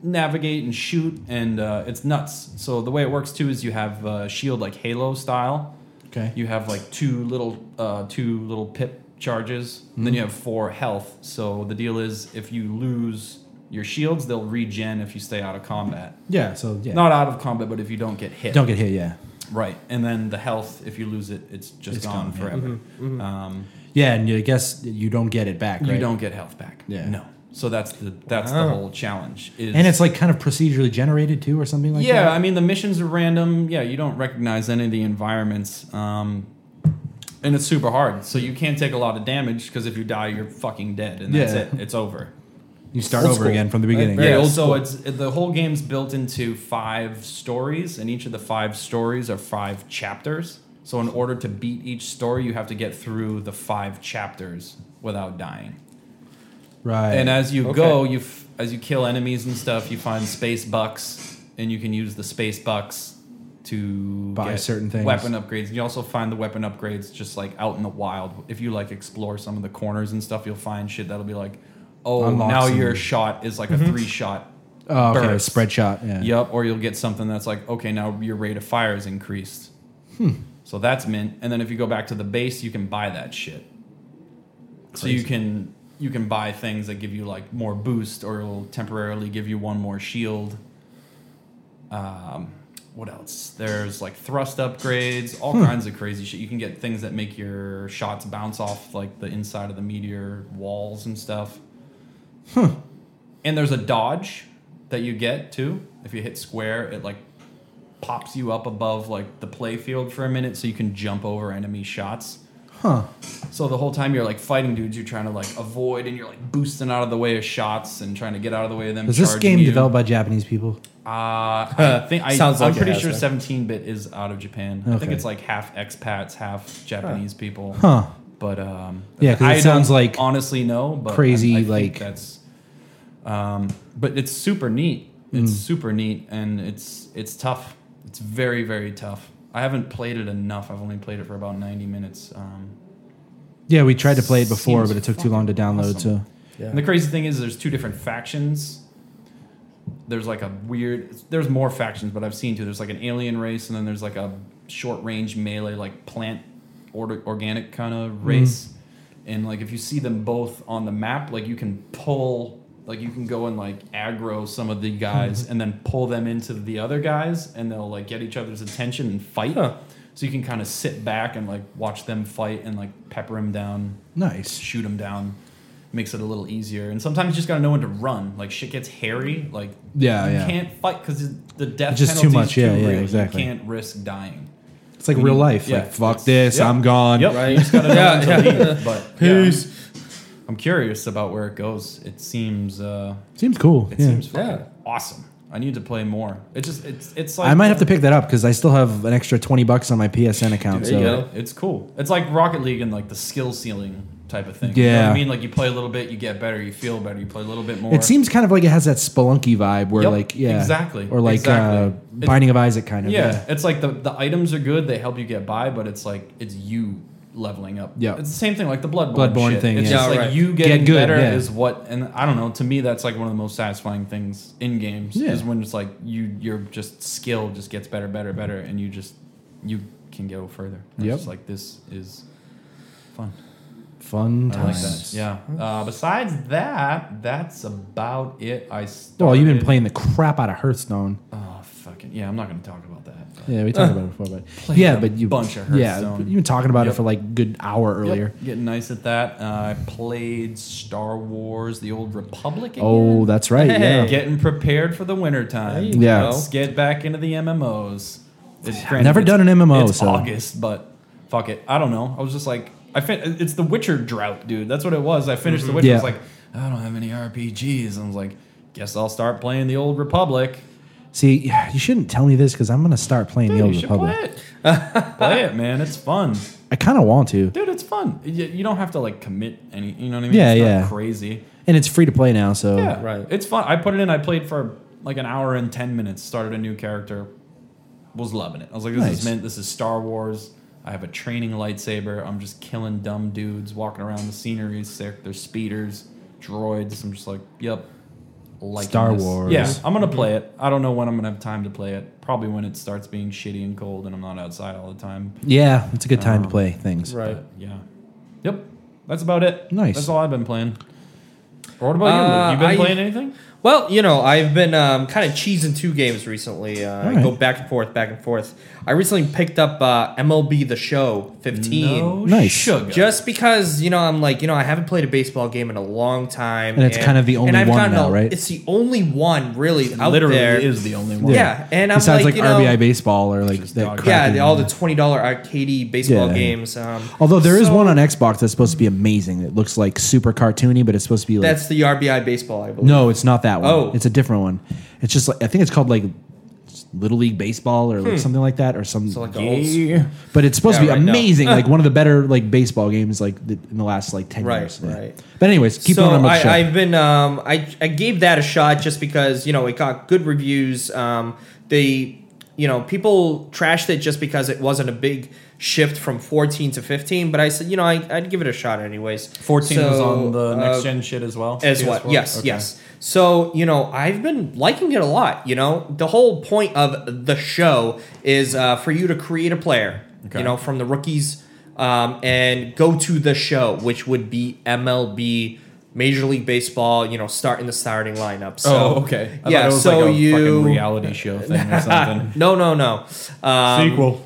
navigate and shoot and uh, it's nuts so the way it works too is you have uh, shield like halo style
okay.
you have like two little uh, two little pip charges and then you
Mm-hmm.
have four health so the deal is if you lose your shields they'll regen if you stay out of combat
yeah. So yeah,
not out of combat but if you don't get hit
don't get hit. Yeah.
right and then the health if you lose it it's just
It's
gone,
gone, yeah. Mm-hmm.
forever um,
Yeah, and you I guess you don't get it back. Right?
you don't get health back.
Yeah.
No. So that's the that's
Wow.
the whole challenge. Is,
And it's like kind of procedurally generated too, or something like
yeah,
that.
I mean the missions are random. Yeah, you don't recognize any of the environments. Um, and it's super hard. So you can't take a lot of damage because if you die, you're fucking dead, and that's
Yeah.
it. It's over.
You start
Old
over
school.
again from the beginning.
Very
yeah.
old
Also, it's the whole game's built into five stories, and each of the five stories are five chapters. So in order to beat each story, you have to get through the five chapters without dying.
Right.
And
And
as you
Okay.
go, you f- as you kill enemies and stuff, you find space bucks, and you can use the space bucks to
Buy certain things.
weapon upgrades. And you also find the weapon upgrades just like out in the wild. If you like explore some of the corners and stuff, you'll find shit that'll be like, oh,
Unlock
now
some-
your shot is like a
Mm-hmm.
three shot.
oh, okay.
burst.
Spread shot. Yeah.
Yep, or you'll get something that's like, okay, now your rate of fire is increased.
Hmm.
So that's mint. And then if you go back to the base, you can buy that shit. So you
Crazy.
can you can buy things that give you like more boost, or it'll temporarily give you one more shield. Um, what else? There's like thrust upgrades,
Hmm.
all kinds of crazy shit. You can get things that make your shots bounce off like the inside of the meteor walls and stuff. And there's a dodge that you get too. If you hit square, it like pops you up above like the play field for a minute so you can jump over enemy shots.
Huh.
So the whole time you're like fighting dudes, you're trying to like avoid and you're like boosting out of the way of shots and trying to get out of the way of them.
Was this
charging
game
you.
developed by Japanese people?
Uh, I think I,
Sounds
I'm
like it
pretty
has
sure
been.
17-bit is out of Japan. I think
Okay.
it's like half expats, half Japanese people.
Huh.
But um,
Yeah, 'cause it
I don't
sounds like
honestly no, but
crazy,
I- I think
like-
that's. Um, but it's super neat.
Mm.
It's super neat, and it's it's tough. It's very very tough. I haven't played it enough. I've only played it for about ninety minutes. Um,
Yeah, we tried to play it before,
Seems
but it took too long to download.
awesome.
So
Yeah.
And the crazy thing is, there's two different factions. There's like a weird. There's more factions, but I've seen two. There's like an alien race, and then there's like a short range melee, like plant or organic
Hmm.
kind of race. And like if you see them both on the map, like you can pull Like you can go and like aggro some of the guys
Hmm.
and then pull them into the other guys, and they'll like get each other's attention and fight.
Huh.
So you can kind of sit back and like watch them fight and like pepper them down,
Nice.
shoot them down. Makes it a little easier. And sometimes you just gotta know when to run. Like shit gets hairy. Like
Yeah,
you
yeah.
can't fight because the death
It's just too
penalty
much.
Is
Yeah,
too
yeah,
real.
exactly.
You can't risk dying.
It's like real life.
yeah.
Like fuck this,
Yeah.
I'm gone.
Yep. Right. You just gotta know
Yeah,
when to
yeah.
leave. But yeah,
Peace.
I'm curious about where it goes. It seems uh,
Seems cool.
it
yeah.
seems fucking
Yeah.
awesome. I need to play more. It just it's it's like
I might have to pick that up because I still have an extra twenty bucks on my PSN account.
There you
so
go.
It's cool. It's like Rocket League and like the skill ceiling type of thing. You know
Yeah.
what I mean, like you play a little bit, you get better, you feel better, you play a little bit more.
it seems kind of like it has that spelunky vibe where
Yep,
like yeah
exactly,
or like
exactly.
uh,
It-
Binding of Isaac kind of
yeah, it's like the the items are good. They help you get by, but it's like it's you leveling up.
Yeah.
it's the same thing like the bloodborne.
Bloodborne
shit.
thing,
It's
yeah.
just
Yeah,
like
right.
you
Get
getting
good,
better
yeah.
is what, and I don't know. To me, that's like one of the most satisfying things in games
Yeah.
is when it's like you your just skill just gets better, better, better, and you just you can go further. It's
Yep.
just like this is fun.
fun
I like
times.
that. Yeah. Uh, besides that, that's about it. I started,
Well, Oh, you've been playing the crap out of Hearthstone.
Oh fucking yeah! I'm not gonna talk about that. but-
Yeah, we talked about it before, but
Played
yeah,
a
but you
bunch of
yeah,
Hearthstone.
but you've been talking about it
Yep.
for like a good hour earlier.
Yep, getting nice at that. Uh, I played Star Wars: The Old Republic. Again.
Oh, that's right.
Hey.
Yeah,
getting prepared for the winter time.
There you
Yeah. go.
let's get back into the MMOs. It's granted,
never
it's-
done an MMO,
It's
so-
August, but fuck it. I don't know. I was just like, I fin- it's the Witcher drought, dude. That's what it was. I finished the Witcher. I was
Mm-hmm. Yeah.
like, I don't have any RPGs. I was like, guess I'll start playing the Old Republic.
see, you shouldn't tell me this because I'm gonna start playing
Dude,
the
you
Old
should
Republic.
play it. play it, man. It's fun.
I kind of want to,
Dude, it's fun. You, you don't have to like commit any. You know what I mean?
Yeah,
it's
yeah.
Not crazy.
and it's free to play now. So
Yeah,
Right.
It's fun. I put it in. I played for like an hour and ten minutes. Started a new character. Was loving it. I was like, this
Nice.
is meant. This is Star Wars. I have a training lightsaber. I'm just killing dumb dudes walking around the scenery. Sick. There's speeders, droids. I'm just like, yep. Like
Star Wars.
Yeah, I'm gonna play it. I don't know when I'm gonna have time to play it. Probably when it starts being shitty and cold and I'm not outside all the time.
yeah, it's a good time to
Oh.
play things.
Right.
But, yeah. Yep. That's about it.
Nice.
That's all I've been playing. Or what about you? Luke?
Uh,
You been
I-
playing anything?
Well, you know, I've been um, kind of cheesing two games recently. Uh, I
right.
go back and forth, back and forth. I recently picked up uh, MLB The Show 15.
No
Nice.
sugar.
Just because you know, I'm like you know, I haven't played a baseball game in a long time,
And it's kind of the only
and I've
one
gotten
now,
a-
right?
It's the only one really out
literally
there.
is the only one.
Yeah, and I'm
Besides like,
like, you know-
RBI baseball or like that
dog-
crap.
yeah,
in-
the, all the twenty dollar arcade baseball
Yeah.
games. Um,
Although there is
so-
one on Xbox that's supposed to be amazing. It looks like super cartoony, but it's supposed to be like
that's the RBI baseball, I believe.
No, it's not that one.
Oh.
It's a different one. It's just like I think it's called like Little League Baseball or like something like that or some
Hmm. so like the old s-
Yeah.
but it's supposed
Yeah,
to
right,
be
no.
amazing, like one of the better like baseball games like the, in the last like 10
Right,
years. Yeah.
right.
But anyways, keep
so
on about the show.
I, I've been um, I I gave that a shot just because you know it got good reviews. Um, they you know people trashed it just because it wasn't a big shift from 14 to 15 but i said you know I, i'd give it a shot anyways
14 was
So,
on the next
uh,
gen shit as well.
as
PS4?
well. Yes,
Okay.
yes. So you know, I've been liking it a lot. You know, the whole point of the show is uh, for you to create a player.
Okay.
You know, from the rookies um, and go to the show, which would be MLB. Major League Baseball, you know, start in the starting lineup. So,
oh, okay. I
yeah,
thought it was
so
like a
you
fucking reality show thing or something.
no, no, no. Um,
Sequel.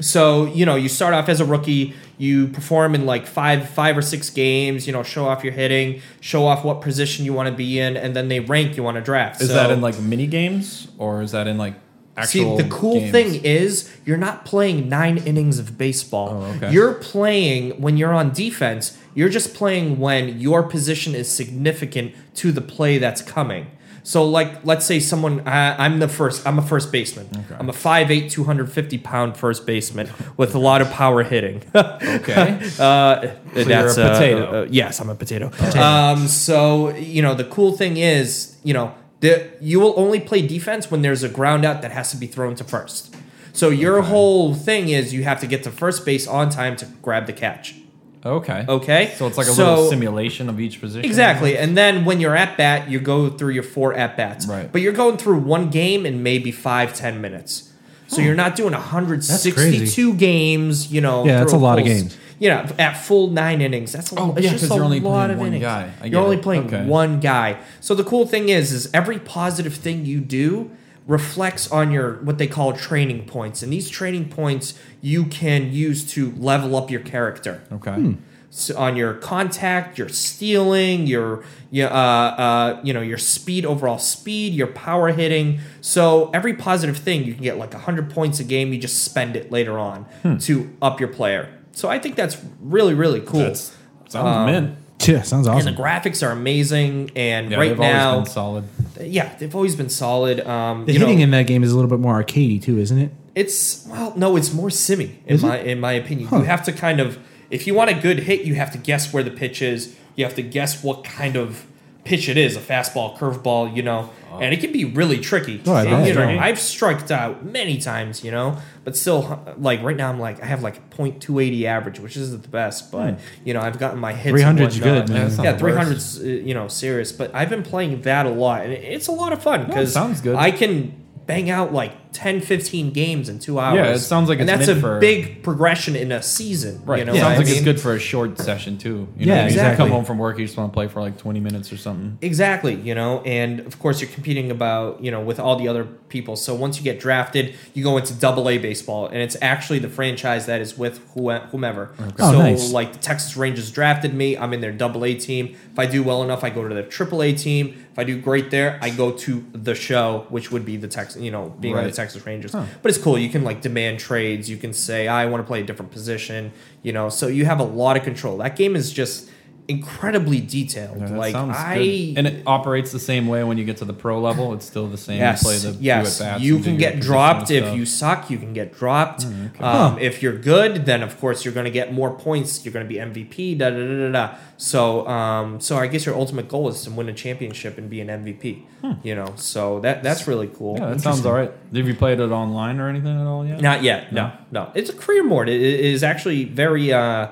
so you know you start off as a rookie you perform in like five five or six games you know show off your hitting show off what position you want to be in and then they rank you on a draft
Is
So-
that in like mini games or is that in like actual?
See, the cool
games?
thing is you're not playing nine innings of baseball.
Oh, okay.
You're playing when you're on defense. You're just playing when your position is significant to the play that's coming. So, like, let's say someone, I, I'm the first, I'm a first baseman. I'm a 5'8", 250 pound first baseman with a lot of power hitting.
Okay.
Uh,
you're
that's
a
uh,
potato.
uh, yes, I'm a potato. Um, so you know the cool thing is you know the, you will only play defense when there's a ground out that has to be thrown to first. So your whole thing is you have to get to first base on time to grab the catch.
Okay.
Okay.
So it's like a
So-
little simulation of each position.
Exactly. And then when you're at bat, you go through your four at bats.
Right.
But you're going through one game in maybe five, ten minutes. So you're not doing 162 games, you know.
Yeah, that's a
through
lot of
full s-
games.
you know, at full nine innings, that's a,
Oh,
lot it's
yeah,
just
'cause
a
you're only
lot
playing
of
one
innings.
guy. I get
You're only
it.
playing
Okay.
one guy. So the cool thing is, is every positive thing you do reflects on your what they call training points, and these training points you can use to level up your character
Okay.
s- on your contact, your stealing, your your uh, uh, you know your speed, overall speed, your power hitting. So every positive thing you can get like hundred points a game. You just spend it later on
Hmm.
to up your player. So I think that's really really cool.
That's sounds mint.
Yeah, sounds
and the
awesome.
graphics are amazing, and
Yeah,
Um, right
they've
now,
always been solid.
yeah, they've always been solid. Um,
The
you
hitting
know,
in that game is a little bit more arcadey too, isn't it?
it's well, no, it's more simmy in
Is it?
my in my opinion. You have to kind of if you want a good hit, you have to guess where the pitch is. You have to guess what kind of pitch it is—a fastball, curveball, you know—and it can be really tricky.
Oh, I bet.
you know,
Tricky.
I've striked out many times, you know, but still, like right now, I'm like I have like .280 average, which isn't the best, but you know, I've gotten my hits. and
300's Hmm. good,
whatnot.
man. Yeah, that's
not
Yeah,
the
300's uh, you know serious, but I've been playing that a lot, and it's a lot of fun because
sounds good.
I can bang out like 10 15 games in two hours
Yeah, it sounds like
and
it's
that's
meant
a
for-
big progression in a season
Right.
you know
sounds
what I
like it's
mean?
good for a short session too.
Yeah,
You know, what I mean? You
exactly.
come home from work, you just want to play for like twenty minutes or something.
Mm-hmm.
exactly you know and of course you're competing about you know with all the other people so once you get drafted you go into double a baseball and it's actually the franchise that is with who- whomever
Oh,
so
nice.
like the texas rangers drafted me i'm in their double a team if i do well enough i go to their triple a team if i do great there i go to the show which would be the texas you know being on the
Right.
texas rangers but it's cool you can like demand trades you can say i want to play a different position you know so you have a lot of control that game is just incredibly detailed
Yeah, that
like
sounds
i
good. and it operates the same way when you get to the pro level. It's still the same.
Yes,
you play the few
yes.
at-bats
you
and do
can
your
get
positional
dropped if
stuff.
you suck. You can get dropped.
Mm,
um, If you're good, then of course you're going to get more points. You're going to be MVP. Da da da da. da. So, um, so I guess your ultimate goal is to win a championship and be an MVP.
Hmm.
You know, so that that's really cool.
Yeah, that sounds all right. Have you played it online or anything at all yet?
Not yet. No, no. It's a career mode. It, it is actually very uh,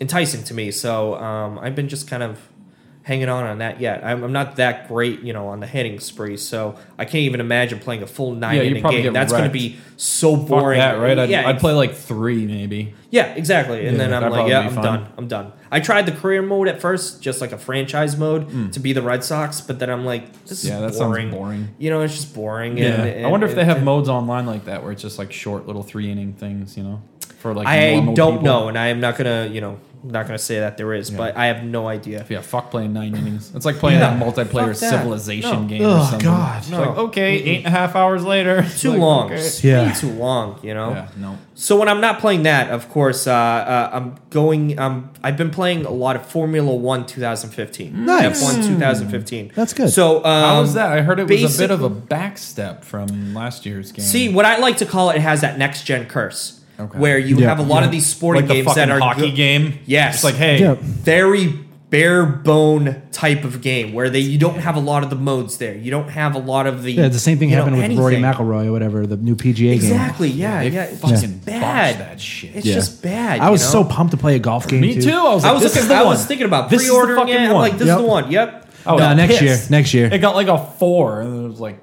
enticing to me. So um, I've been just kind of hanging on on that yet. I'm, I'm not that great, you know, on the hitting spree. So I can't even imagine playing a full nine
Yeah, you'd
inning
probably
game.
get
That's going to
wrecked.
be so
Fuck
boring.
that, right? I'd,
yeah,
I'd play like three maybe.
Yeah, exactly. And
Yeah,
then I'm
that'd
like,
probably
yeah,
be
I'm
fun.
done. I'm done. I tried the career mode at first, just like a franchise mode to be the Red Sox, but then I'm like, this is
Hmm. Yeah, that sounds
boring.
boring.
You know, it's just boring.
Yeah,
And, and-
I wonder if they
and-
have modes online like that where it's just like short little three inning things, you know, for like
I
normal
don't
people.
know, and I am not gonna, you know, not gonna say that there is, but I have no idea.
Yeah, fuck playing nine innings. It's like playing
Yeah,
that multiplayer
fuck that.
civilization
No.
game.
Oh,
or something.
God.
It's
No.
like okay, eight and a half hours later.
Too
Like,
long, Um,
okay.
It's
Yeah.
way too long. You know.
Yeah, no.
So when I'm not playing that, of course, uh, uh, I'm going. Um, I've been playing a lot of Formula One
Mm.
2015,
Nice.
F1 2015.
That's good.
So um,
How was that? I heard it was a bit
basic-
of a backstep from last year's game.
See, what I like to call it has that next gen curse,
Okay.
where you
Yeah.
have a lot of these sporting
like the
games
fucking
that are
hockey
good-
game.
Yes.
it's like hey,
Yeah.
very bare bone type of game where they you don't have a lot of the modes there. You don't have a lot of the
Yeah, the same thing
you know,
happened with Rory
anything.
McIlroy or whatever, the new PGA game.
Exactly. Yeah.
they
Yeah. It's
fucking
just
botched
bad.
that shit.
It's
Yeah.
just bad.
I
you
was
know?
so pumped to play a golf game.
Me too. I was like,
I was
this
looking,
is the
I
one.
was thinking about
This is the
pre-ordering
fucking
it. I'm
one.
like, this
Yep.
is the one. Yep.
I was
No, next year.
Oh, pissed.
Next year.
It got like a four, and it was like,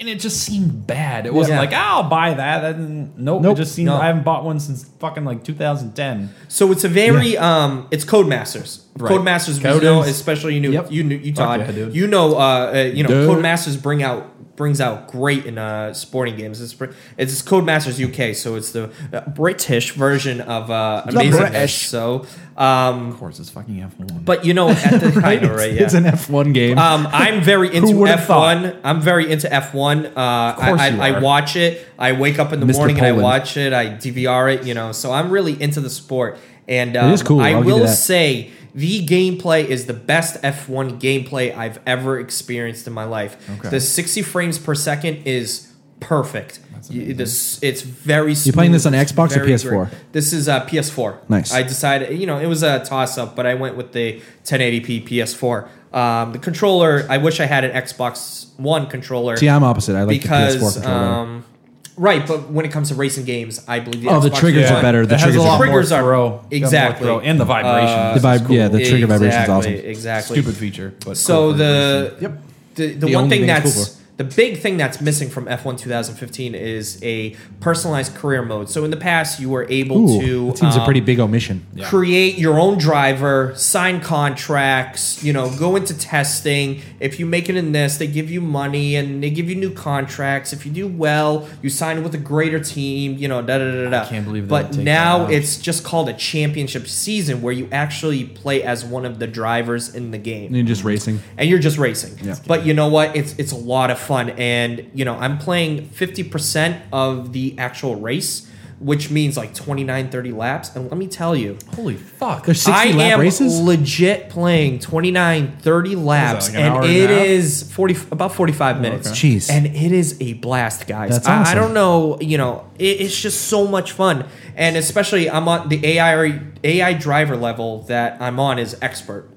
and it just seemed bad. It wasn't
Yeah.
like, "Ah, I'll buy that. that didn't- nope,
Nope.
It just seemed.
No.
I haven't bought one since fucking like 2010.
So it's a very um, it's Codemasters.
Right.
Codemasters, you
Code
know,
is-
especially you knew
Yep.
you knew you Todd,
yeah, dude.
you know, uh, uh, you know,
Dude.
Codemasters bring out brings out great in uh, sporting games. It's pre- it's Codemasters UK, so it's the uh, British version of uh, Amazing.
British.
So, um,
Of course, it's fucking F1.
but you know, at the kind of right, yeah.
It's an F1 game.
Um, I'm very into
would've
F1. I'm very into F1. Uh,
course
I,
you
I, I
are.
watch it. I wake up in the
Mr.
morning and I
Poland.
watch it. I DVR it, you know. So I'm really into the sport. And um,
is cool.
I
I'll give you
will
that.
say the gameplay is the best F1 gameplay I've ever experienced in my life.
Okay.
The 60 frames per second is perfect. You- This it's very. Smooth.
playing this on
It's
Xbox or
very
PS4?
great. This is uh, PS4.
Nice.
I decided, you know, it was a toss up, but I went with the 1080p PS4. Um, the controller, I wish I had an Xbox One controller
See, I'm opposite. I like the PS4
because,
controller. better.
um, right, but when it comes to racing games, I believe the
Oh, the
Xbox
triggers
One-
are better. The
it has
triggers
a
are
lot
Triggers
more
are-
throw. Got more
exactly.
throw. and the vibration.
Uh,
the
This is
vibe, yeah, the trigger vibration's
Exactly,
awesome.
Exactly.
Stupid feature, but
So
cool for racing.
the
Yep.
the,
The
the, one
only
thing
thing it's
that's
cool for.
The big thing that's missing from F1 2015 is a personalized career mode. So in the past, you were able
Ooh,
to
that seems a
um,
pretty big omission.
Yeah.
create your own driver, sign contracts, you know, go into testing. If you make it in this, they give you money and they give you new contracts. If you do well, you sign with a greater team, you know, da da da da.
I can't believe they
But
would take that
now
out.
it's just called a championship season where you actually play as one of the drivers in the game
And just racing.
and you're just racing.
Yeah.
But you know what? It's it's a lot of fun, and you know I'm playing 50% of the actual race, which means like 29, 30 laps. And let me tell you,
Holy fuck.
There's 60
I
lap
am
races?
legit playing 29, 30 laps,
like an hour
and
and a
it
half? Oh,
is 40 about 45 minutes.
okay. Jeez.
And it is a blast, guys.
That's
I, I
awesome.
don't know, you know, it, it's just so much fun, and especially I'm on the AI AI driver level that I'm on is expert.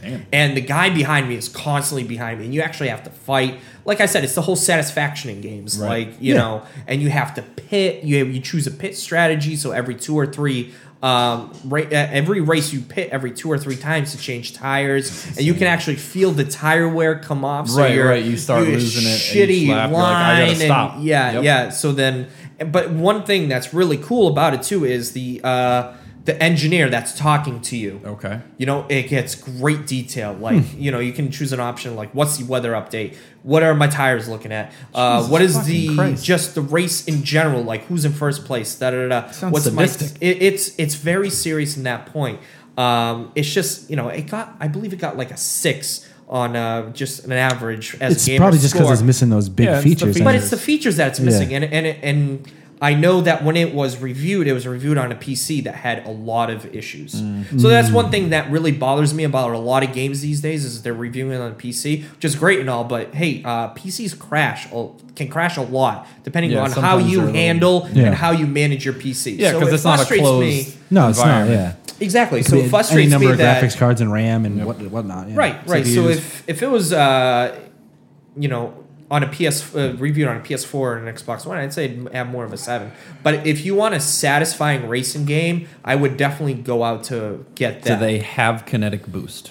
Damn.
And the guy behind me is constantly behind me, and you actually have to fight. Like I said, it's the whole satisfaction in games.
Right.
Like you
Yeah.
know, and you have to pit. You you choose a pit strategy. So every two or three, um, ra- uh, every race you pit every two or three times to change tires, and you can actually feel the tire wear come off. So
Right,
you're,
right, you start
you're
losing it and you
Shitty
slap, you're like, I
line.
gotta
and-
stop.
yeah,
Yep.
yeah. So then, but one thing that's really cool about it too is the uh, the engineer that's talking to you
Okay.
you know it gets great detail like
Hmm.
you know you can choose an option like what's the weather update what are my tires looking at uh,
Jesus
what is
fucking
the
Christ.
just the race in general like who's in first place da da da da.
Sounds
what's
sadistic.
my it, it's it's very serious in that point um, it's just you know it got i believe it got like a six on uh, just an average as
It's
a gamer
probably just because
score.
it's missing those big
Yeah, it's the
features.
features.
But it's the features that it's missing,
Yeah.
and and and I know that when it was reviewed, it was reviewed on a PC that had a lot of issues. So
Mm-hmm.
that's one thing that really bothers me about a lot of games these days is they're reviewing it on PC, which is great and all, but hey, uh, PCs crash a- can crash a lot depending
Yeah,
on how
sometimes
you
they're a little-
handle
Yeah.
and how you manage your PC.
Yeah,
So
because
it
it's not a
frustrates
closed.
me.
no, it's not.
environment.
Yeah.
Exactly. So
Any-
it frustrates
any number
me
of
that
graphics cards and RAM and what whatnot. yeah.
Right, right. So
CPUs.
if if it was, uh, you know, on a PS uh, reviewed on a PS4 and an Xbox One, I'd say it'd have more of a seven. But if you want a satisfying racing game, I would definitely go out to get
So
that.
they have kinetic boost.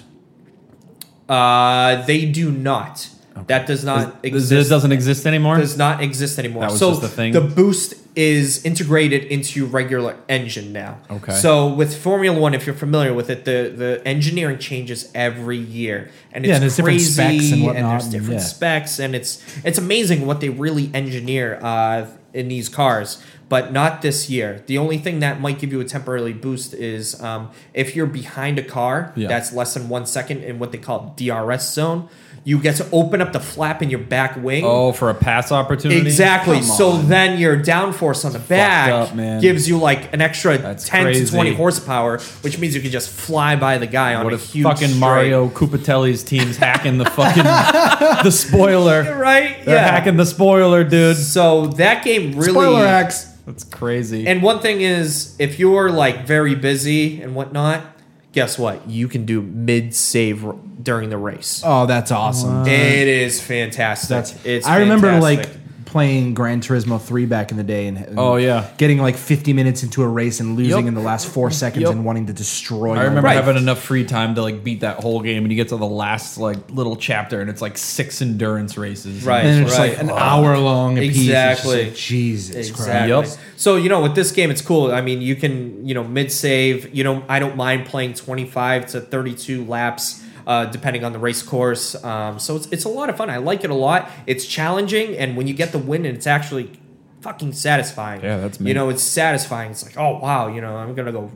uh, they do not. That does not
Does-
exist.
It doesn't exist anymore.
does not exist anymore.
That was
so
just the thing?
boost is integrated into your regular engine now.
Okay.
So with Formula One, if you're familiar with it, the, the engineering changes every year, and it's
Yeah, and there's different
crazy,
specs and whatnot,
there's
and
different
yeah.
specs, and it's it's amazing what they really engineer uh, in these cars. But not this year. The only thing that might give you a temporary boost is um, if you're behind a car
Yeah.
that's less than one second in what they call DRS zone. You get to open up the flap in your back wing.
oh, for a pass opportunity.
Exactly.
Come
so
on.
then your downforce on the back
up, man.
gives you like an extra
That's
10 to
crazy.
20 horsepower, which means you can just fly by the guy on
what
a
if
huge
fucking
straight.
Mario Cupatelli's team's hacking the fucking the spoiler?
right?
They're
yeah.
hacking the spoiler, dude.
So that game really
spoiler X.
That's crazy.
And one thing is, if you're like very busy and whatnot, guess what? You can do mid save during the race.
Oh, that's awesome.
Uh-huh.
It is fantastic.
That's
it's.
I remember
fantastic.
like playing Gran Turismo three back in the day, and, and
Oh, yeah.
getting like 50 minutes into a race and losing
Yup.
in the last four seconds
Yup.
and wanting to destroy.
I remember
Right.
having enough free time to like beat that whole game, and you get to the last like little chapter, and it's like six endurance races.
Right.
and then it's
right.
like an hour long. A piece. It's just
Exactly.
like, Jesus
Exactly.
Yup.
So you know, with this game, it's cool. I mean, you can you know mid save. You know, I don't mind playing twenty five to thirty two laps. Uh, depending on the race course, um, so it's, it's a lot of fun. I like it a lot. It's challenging, and when you get the win, and it's actually fucking satisfying.
Yeah, that's me.
you know, it's satisfying. It's like, oh wow, you know, I'm gonna go,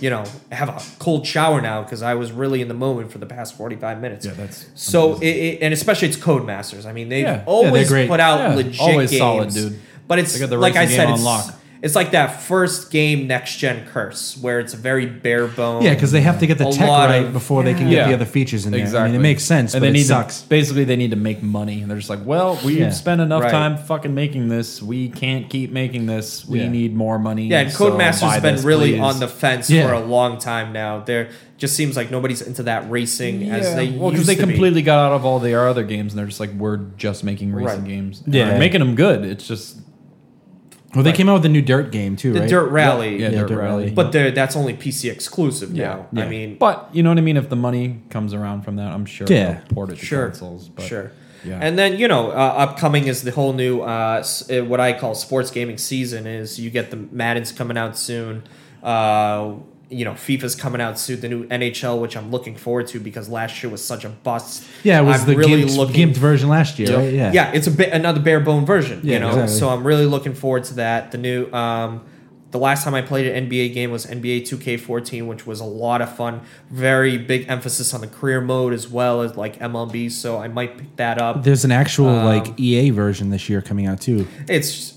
you know, have a cold shower now because I was really in the moment for the past forty five minutes.
Yeah, that's
so. It, it, and especially it's Codemasters. I mean, they've
Yeah. Yeah, they're
always
great.
put out
Yeah,
legit
always
games,
solid, dude.
But it's
They got the
like I
racing
said,
game on
it's,
lock.
it's like that first game next gen curse where it's a very bare bone.
Yeah, because they have to get the
A
tech
lot
right
of-
before they can get
Yeah.
the other features in there.
Exactly.
I mean, it makes sense,
And
but
they
it
need
sucks.
To, basically, they need to make money, and they're just like, "Well, we've
Yeah.
spent enough
Right.
time fucking making this. We can't keep making this. We
Yeah.
need more money."
yeah, and
so
Codemasters
buy
has been
this,
really
please."
on the fence
Yeah.
for a long time now. There just seems like nobody's into that racing as
Yeah.
they
well,
used
they
to be.
completely got out of all the our other games, and they're just like, "We're just making racing
Right.
games.
Yeah.
They're making them good. It's just
well, they came out with the new Dirt game too,
the
right?
Dirt Rally.
yeah,
Yeah,
Dirt
Dirt
Rally.
Rally.
But they're- that's only PC exclusive
Yeah.
now. I mean,
but you know what I mean. If the money comes around from that, I'm sure
Yeah.
they'll port it to
sure,
consoles. But
sure.
Yeah.
And then you know, uh, upcoming is the whole new uh, s- uh, what I call sports gaming season. Is you get the Madden's coming out soon. Uh, you know, FIFA's coming out soon. The new NHL, which I'm looking forward to because last year was such a bust.
Yeah, it was the
I'm
gimped, gimped version last year, right?
yeah.
Yeah.
it's a bit another bare bone version, you
Yeah,
know.
exactly.
So I'm really looking forward to that. The new um the last time I played an NBA game was NBA 2K14, which was a lot of fun. Very big emphasis on the career mode as well as like MLB, so I might pick that up.
There's an actual like EA version this year coming out too.
It's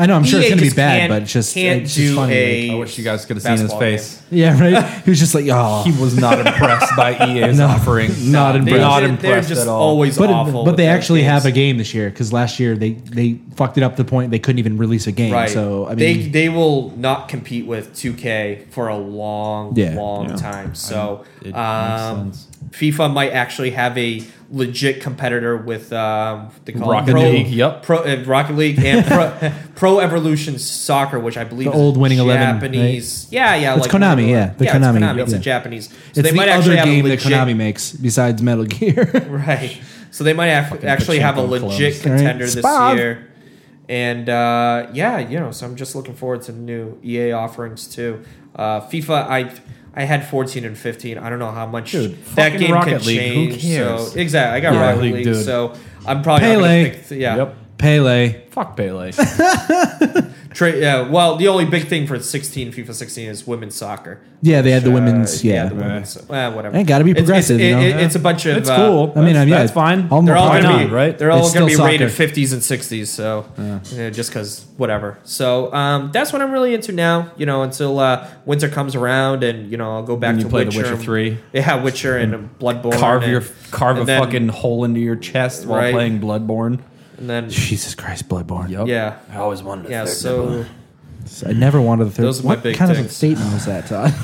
I know I'm sure
EA
it's gonna be
just
bad,
can't-
but it's E just
can't
it's
do
just funny.
a-
like-
I wish you guys could have seen his
Basketball game.
face.
yeah, right. He was just like, oh,
He was not impressed by EA's
No,
offering.
not
They're
impressed.
Not
they're,
impressed
they're just
at all.
always
but
awful.
but
with
they
their
actually
games.
have a game this year because last year they they fucked it up to the point they couldn't even release a game.
Right.
So I mean,
they they will not compete with 2K for a long,
Yeah.
long
Yeah.
time. So
it makes
um,
sense.
FIFA might actually have a legit competitor with um, they call it
Rocket
Pro,
League, yep.
Pro uh, Rocket League and Pro, Pro Evolution Soccer, which I believe
The
is
old Winning Eleven, right?
Japanese. Yeah, yeah,
It's Konami,
Winning
yeah,
Eleven.
the
yeah, it's
Konami,
Konami. It's a
yeah.
Japanese. So
it's
they
the
might
other
actually have
game
a
that
legit,
Konami makes besides Metal Gear.
Right. So they might have, actually have a
pachinko
legit
clubs.
contender
Right.
this
Spav.
year. And uh, yeah, you know, so I'm just looking forward to new EA offerings too. Uh, FIFA, I I had 14 and 15. I don't know how much
Dude,
that
fucking
game
Rocket
could
League. Who
change.
cares?
So exactly, I got
Yeah.
Rocket
League,
League,
dude.
so I'm probably not
Pele.
gonna pick th- yeah.
Yep.
Pele.
Fuck Pele.
Tra- yeah. Well, the only big thing for 16 FIFA 16 is women's soccer.
Yeah, they had the
Uh,
women's. Yeah,
the women's. Uh, whatever.
Hey, gotta be
It's-
progressive,
It's,
you know?
it- it's a bunch of.
It's
uh,
cool.
I mean,
That's-
I'm- yeah,
that's fine.
I'll-
They're all
Why
going to
not,
be
right?
They're all
It's
going to be
still
rated
soccer.
fifties and sixties. So yeah, just because whatever. So um, that's what I'm really into now. You know, until uh, winter comes around, and you know, I'll go back
Then you
to
play The
Witcher,
Witcher 3.
Yeah, Witcher and, Bloodborne.
carve
and-
your carve a
and then-
fucking hole into your chest while
Right.
playing Bloodborne.
And then
Jesus Christ, Bloodborne.
Yep.
yeah,
I always wanted to.
yeah. So
I never wanted the third.
Those are my
what
big
kind of a
things.
statement was that, Todd?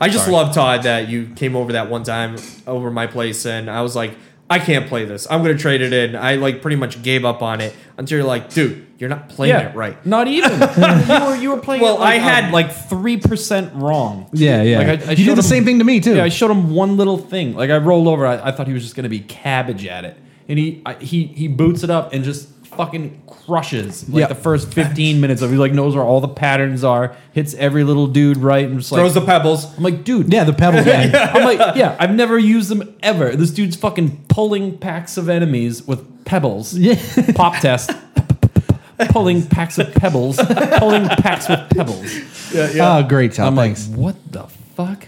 I just love Todd that you came over that one time over my place, and I was like. I can't play this. I'm gonna trade it in. I like pretty much gave up on it until you're like, dude, you're not playing
yeah,
it right.
Not even. you, were, you were playing.
Well,
it like,
I had-
um, like three percent wrong.
yeah, yeah.
Like, I- I
you
showed
did
him-
the same thing to me too.
Yeah, I showed him one little thing. Like I rolled over, I, I thought he was just gonna be cabbage at it, and he I, he he boots it up and just fucking crushes like
Yeah.
the first 15 minutes of it. he like knows where all the patterns are hits every little dude right and just like
Throws the pebbles.
i'm like dude
yeah, the pebble guy.
I'm like, yeah, I've never used them ever. This dude's fucking pulling packs of enemies with pebbles.
Yeah.
Pop test. pulling packs of pebbles. pulling packs with pebbles.
Oh, great, Todd.
I'm
Thanks.
like, what the fuck?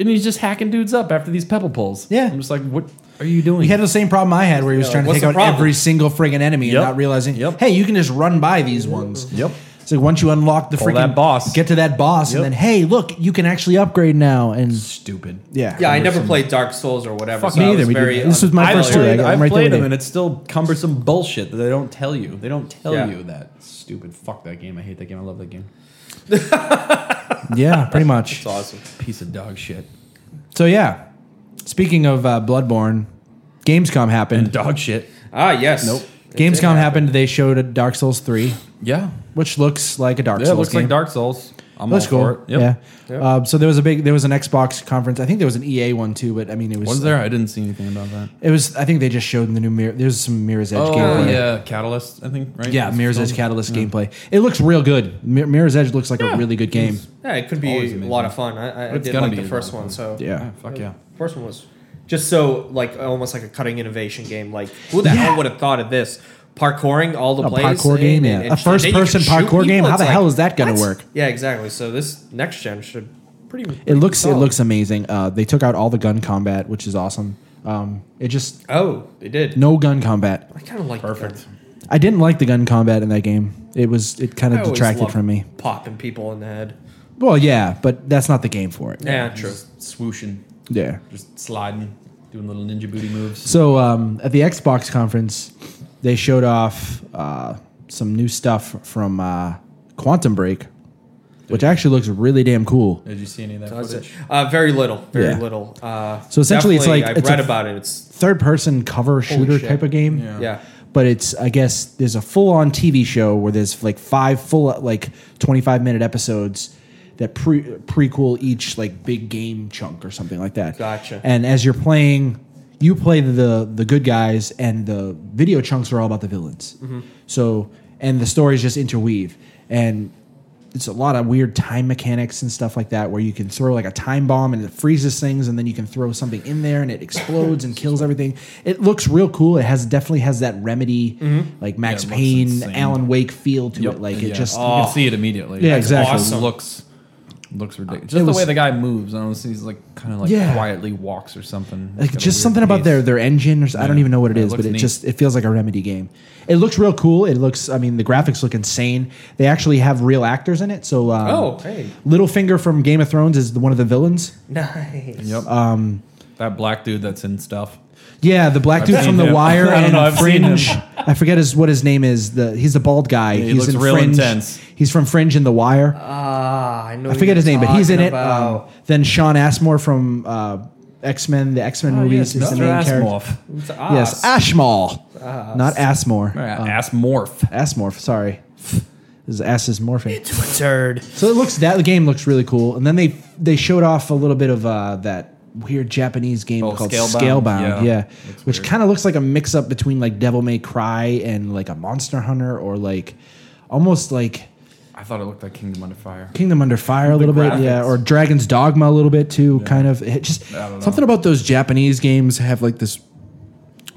And he's just hacking dudes up after these pebble pulls.
Yeah.
I'm just like, what are you doing?
He had the same problem I had where he was trying to
what's
take
the
out
problem?
every single friggin' enemy
Yep.
and not realizing,
Yep.
hey, you can just run by these ones.
Yep.
It's like once you unlock the
Pull
freaking
that boss.
get to that boss,
Yep.
and then hey, look, you can actually upgrade now. And
Stupid.
yeah,
Yeah, I never played Dark Souls or whatever.
Fuck
so
me
I
either.
was
We
very um,
didn't. This was my
I've
first
unfamiliar.
two. I
uh, played,
got
I've
them right there
played
with
them,
you.
and it's still cumbersome bullshit that they don't tell you. They don't tell
Yeah.
you that. Stupid. Fuck that game. I hate that game. I love that game.
yeah, pretty much.
It's awesome.
Piece of dog shit.
So yeah, speaking of uh, Bloodborne, Gamescom happened.
Dog shit.
Ah, yes.
Nope.
It did
Gamescom
happen.
happened. They showed a Dark Souls three,
Yeah.
which looks like a Dark
Yeah,
Souls
it looks
game.
like Dark Souls. I'm
That's
all
cool.
for it. Yep.
Yeah. Um, so there was a big, there was an Xbox conference. I think there was an EA one too, but I mean, it was,
Was there? I didn't see anything about that.
It was. I think they just showed in the new mirror. There's some Mirror's Edge
Oh
gameplay.
yeah, Catalyst. I think right.
Yeah,
It's
Mirror's Edge
called?
Catalyst gameplay. It looks real good. Mir- Mirror's Edge looks like a really good game.
Yeah, it could
Always
be a
amazing.
lot of fun. I, I, I
It's
did
gonna
like
be
the
a
first
lot of
one. So
Yeah.
Fuck yeah.
first one was just so like almost like a cutting innovation game. Like who the hell would have thought of this? Parkouring all the
A
plays.
parkour game, yeah. A
shit. Then you can
first-person
shoot
parkour
people.
game? How
It's
the hell is that gonna
what?
work?
Yeah, exactly. So this next gen should pretty.
It looks. It
solid.
looks amazing. Uh, they took out all the gun combat, which is awesome. Um, it just
Oh, they did.
no gun combat.
I kind of like
Perfect.
I didn't like the gun combat in that game. It was. It kind
I
of
always
detracted
love
from me.
Popping people in the head.
Well, yeah, but that's not the game for it.
Yeah, true.
Just swooshing,
Yeah.
just sliding, doing little ninja booty moves.
So um, at the Xbox conference, they showed off uh, some new stuff from uh, Quantum Break, which actually looks really damn cool.
Did you see any of that
That's it.
footage?
Uh, very little. Very
Yeah.
little. Uh,
So essentially it's
definitely,
like-
I
it's a-
read about it. It's
Third person cover shooter
shit.
type of game.
Yeah.
yeah.
But it's I guess there's a full on TV show where there's like five full like 25 minute episodes that pre prequel each like big game chunk or something like that.
Gotcha.
And as you're playing, you play the the good guys, and the video chunks are all about the villains. So, and the stories just interweave, and it's a lot of weird time mechanics and stuff like that, where you can throw like a time bomb and it freezes things, and then you can throw something in there and it explodes and kills everything. It looks real cool. It has definitely has that remedy, like Max
it looks
Payne,
insane.
Alan Wake feel to it. Like it
Yeah.
just
you can see it immediately.
Yeah,
It's
exactly.
Awesome. Looks looks ridiculous.
it
Just
was-
the way the guy moves. I don't see he's like kind of like
Yeah.
quietly walks or something.
like
Got a
just
weird
something about
pace.
their their engine or s I don't
Yeah.
even know what it
Yeah, it
is but
looks
it
neat.
just it feels like a remedy game it looks real cool it looks i mean the graphics look insane they actually have real actors in it so um,
Oh, hey.
Littlefinger from Game of Thrones is the, one of the villains.
Nice. Ah,
Yep. that black dude that's in stuff.
Yeah, the black dude
seen
from The
him.
Wire
I don't
and
know, I've seen him.
Fringe. I forget his what his name is. The he's the bald guy.
he
he's
looks
in
real
Fringe.
intense.
He's from Fringe and The Wire.
Ah, I know.
I forget his name, but he's in it. Um,
About.
then Sean Asmore from uh, X Men, the X Men movies, Oh, is the main character.
It's
Yes,
us.
Ashmall, not Asmore. Um,
ass morph.
Asmorph, sorry. His ass is morphing.
Turd.
So it looks that the game looks really cool, and then they they showed off a little bit of uh, that weird Japanese game
Oh,
called Scalebound,
Scalebound,
yeah,
yeah.
which kind of looks like a mix up between like Devil May Cry and like a Monster Hunter, or like almost like
I thought it looked like Kingdom Under Fire.
Kingdom Under Fire a little bit, yeah,
graphics.
or Dragon's Dogma a little bit too. Kind of it just
I don't know.
something about those Japanese games have like this.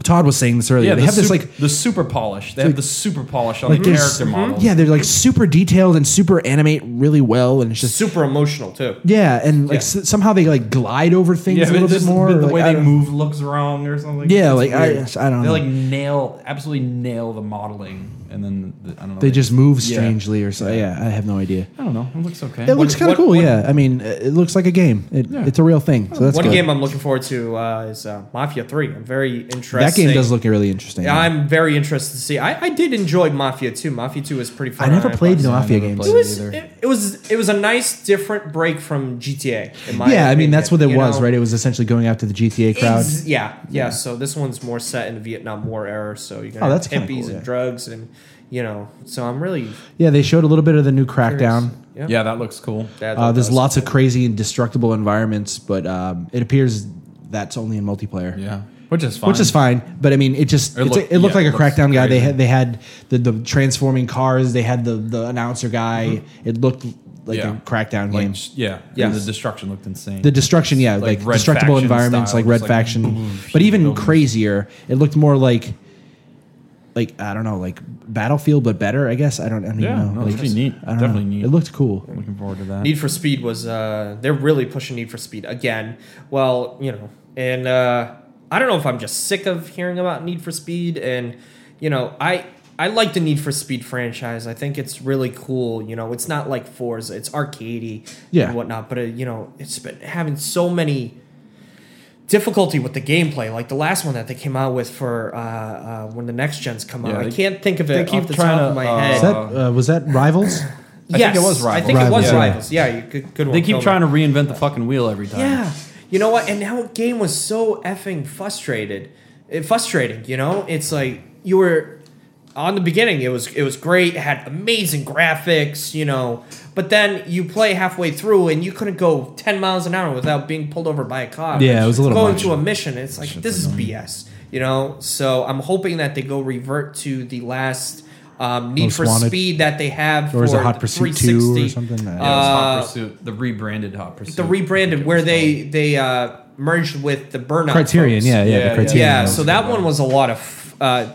Todd was saying this earlier. they
the
have this
sup-
like
the super polish. They have the super polish on
like
the
there's-
character models.
Yeah, they're like super detailed and super animate really well, and it's just
Super emotional too.
yeah, and like s- somehow they like glide over things
Yeah,
a little
it's
bit
just
more.
The,
or, like,
way
I
they
don't-
move looks wrong or something.
Yeah,
It's
like, I-
weird.
I don't
They
know.
like nail, absolutely nail the modeling, and then the, I don't know.
They just move
Yeah.
strangely, or so. Yeah. I have no idea.
I don't know. It looks okay.
It looks kind of
what-
cool.
what-
yeah, I mean, uh, it looks like a game. It, It's a real thing. So that's
One
good.
game I'm looking forward to uh, is uh, Mafia Three. I'm very interested.
that game does look really interesting.
Yeah, I'm very interested to see. I, I did enjoy Mafia 2. Mafia 2 was pretty
I
fun.
never
on
played
Xbox.
the Mafia
never
games.
played
It was,
either.
it, it was it was a nice different break from GTA. In my
yeah, I mean
opinion,
that's what it
you
was,
know?
right? It was essentially going out to the GTA crowd.
Ex- yeah, yeah, So this one's more set in the Vietnam War era, so you're gonna
Oh,
have
that's kinda
hippies
cool,
and
yeah.
drugs and you know. So I'm really
Yeah, they showed a little bit of the new Crackdown.
Yeah.
yeah, that looks cool.
Yeah, I
Uh,
thought
there's
that was-
lots of crazy and destructible environments, but um, it appears that's only in multiplayer.
Yeah, which is fine.
Which is fine, but I mean, it just
It
it's,
look-
it looked
yeah,
like a
it looks
crackdown guy. They
crazy.
had they had the, the transforming cars. They had the the announcer guy. It looked like
Mm-hmm. Yeah.
a crackdown
Like,
game.
yeah, yeah.
Yes.
The destruction looked insane.
The destruction, yeah,
Like
like,
Red
destructible
Faction
environments,
style,
like Red
just like
Faction,
boom, boom,
but
huge
even
buildings.
crazier. It looked more like like I don't know, like Battlefield, but better. I guess I don't. I don't
Yeah,
even know.
no, it's
Like,
pretty neat.
I don't
Definitely
know.
neat.
It looked cool.
Looking forward to that.
Need for Speed was uh they're really pushing Need for Speed again. Well, you know, and uh I don't know if I'm just sick of hearing about Need for Speed and you know, I I like the Need for Speed franchise. I think it's really cool. You know, it's not like Forza, it's arcadey
Yeah.
and whatnot. But uh, you know, it's been having so many difficulty with the gameplay. Like the last one that they came out with for uh, uh, when the next gens come out.
Yeah,
I
they-
can't think of
they
it
keep
off the
trying
top
to,
of my
uh,
head.
Is that uh, was that Rivals?
I think it was
I
Rivals.
think it was
Rivals, yeah.
rivals. Yeah, you good, good one.
They keep
Kilmer.
trying to reinvent the fucking wheel every time.
Yeah. You know what? And that game was so effing frustrated. It, frustrating, you know? It's like you were on the beginning it was it was great, it had amazing graphics, you know. But then you play halfway through and you couldn't go 10 miles an hour without being pulled over by a cop.
Yeah, it was a little
going
much.
to a mission. It's like this is BS, you know? So I'm hoping that they go revert to the last um, Need
Most
for
Wanted.
Speed that they have
Or is it
for
Hot
the
Pursuit 2 or
360.
something? I don't know.
Yeah, it was
Uh,
Hot Pursuit, the rebranded Hot Pursuit.
the rebranded where they they uh, merged with the burnout
Criterion,
folks.
yeah, yeah,
Yeah,
the
yeah.
Criterion.
yeah.
one.
So that one was a lot of. f- Uh,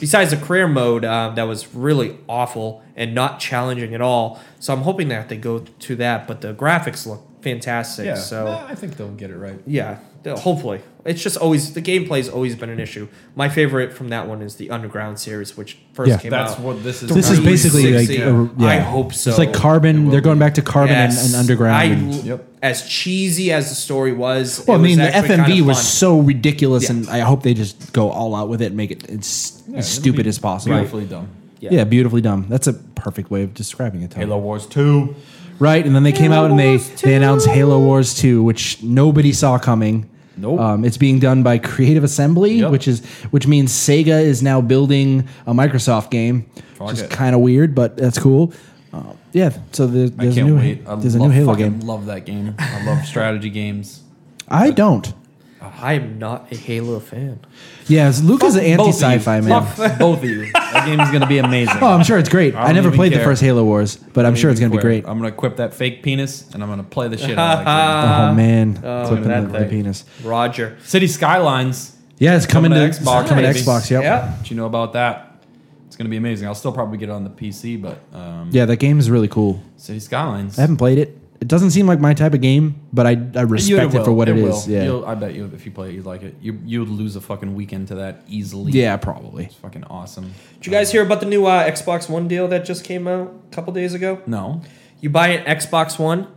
besides the career mode, uh, that was really awful and not challenging at all. So I'm hoping that they go to that, but the graphics look fantastic.
Yeah.
So
Nah, I think they'll get it right.
yeah, th- hopefully. It's just always the gameplay's always been an issue. My favorite from that one is the Underground series, which first
Yeah.
came
That's
out.
what this is.
This is basically like
360.
a- yeah.
I hope so.
It's like Carbon. They're going back to Carbon and-
Yes.
and, Underground.
I-
and-
Yep.
As cheesy as the story was,
Well,
it
I
was
mean, the
actually
FMV
kinda
was
fun.
so ridiculous,
Yeah.
and I hope they just go all out with it and make it as, as
it'll
stupid
be
as possible.
beautifully done.
Yeah. beautifully dumb. That's a perfect way of describing it. Tom.
Halo Wars Two.
Right, and then they came out and they,
Wars
they announced Halo Wars 2, which nobody saw coming.
Nope.
Um, it's being done by Creative Assembly,
Yep.
which is which means Sega is now building a Microsoft game,
Fuck
which is
it.
kind of weird, but that's cool. Uh, yeah, so there's,
I
there's a
can't
new
wait. I
there's a
love-
new Halo
fucking
game.
Love that game. I love strategy games.
I don't.
I am not a Halo fan.
Yeah, it's- Luke is an anti
Both of you.
sci-fi man.
Fuck both of you.
That game is going to be amazing.
Oh, I'm sure it's great. I,
don't
never
even
played the
care.
first Halo Wars, but I'm sure it's gonna be
Swear.
great.
I'm gonna equip that fake penis and I'm gonna play the shit out of that
oh man,
Oh,
flipping
that
the, the
thing.
penis.
Roger.
game. City Skylines.
Yeah, it's coming,
Coming
to
to Xbox,
Coming to
maybe.
Xbox. Yep. Yeah.
Yeah.
What you know about that? It's gonna be amazing. I'll still probably get it on the PC, but um,
that game is really cool.
City Skylines.
I haven't played it. It doesn't seem like my type of game, but I, I respect it, for
will.
what it
will.
is. Yeah.
You'll- I bet you if you play it, you'd like it. You you'd lose a fucking weekend to that easily.
yeah, probably.
It's fucking awesome.
Did you guys hear about the new uh, Xbox One deal that just came out a couple days ago?
No.
You buy an Xbox One,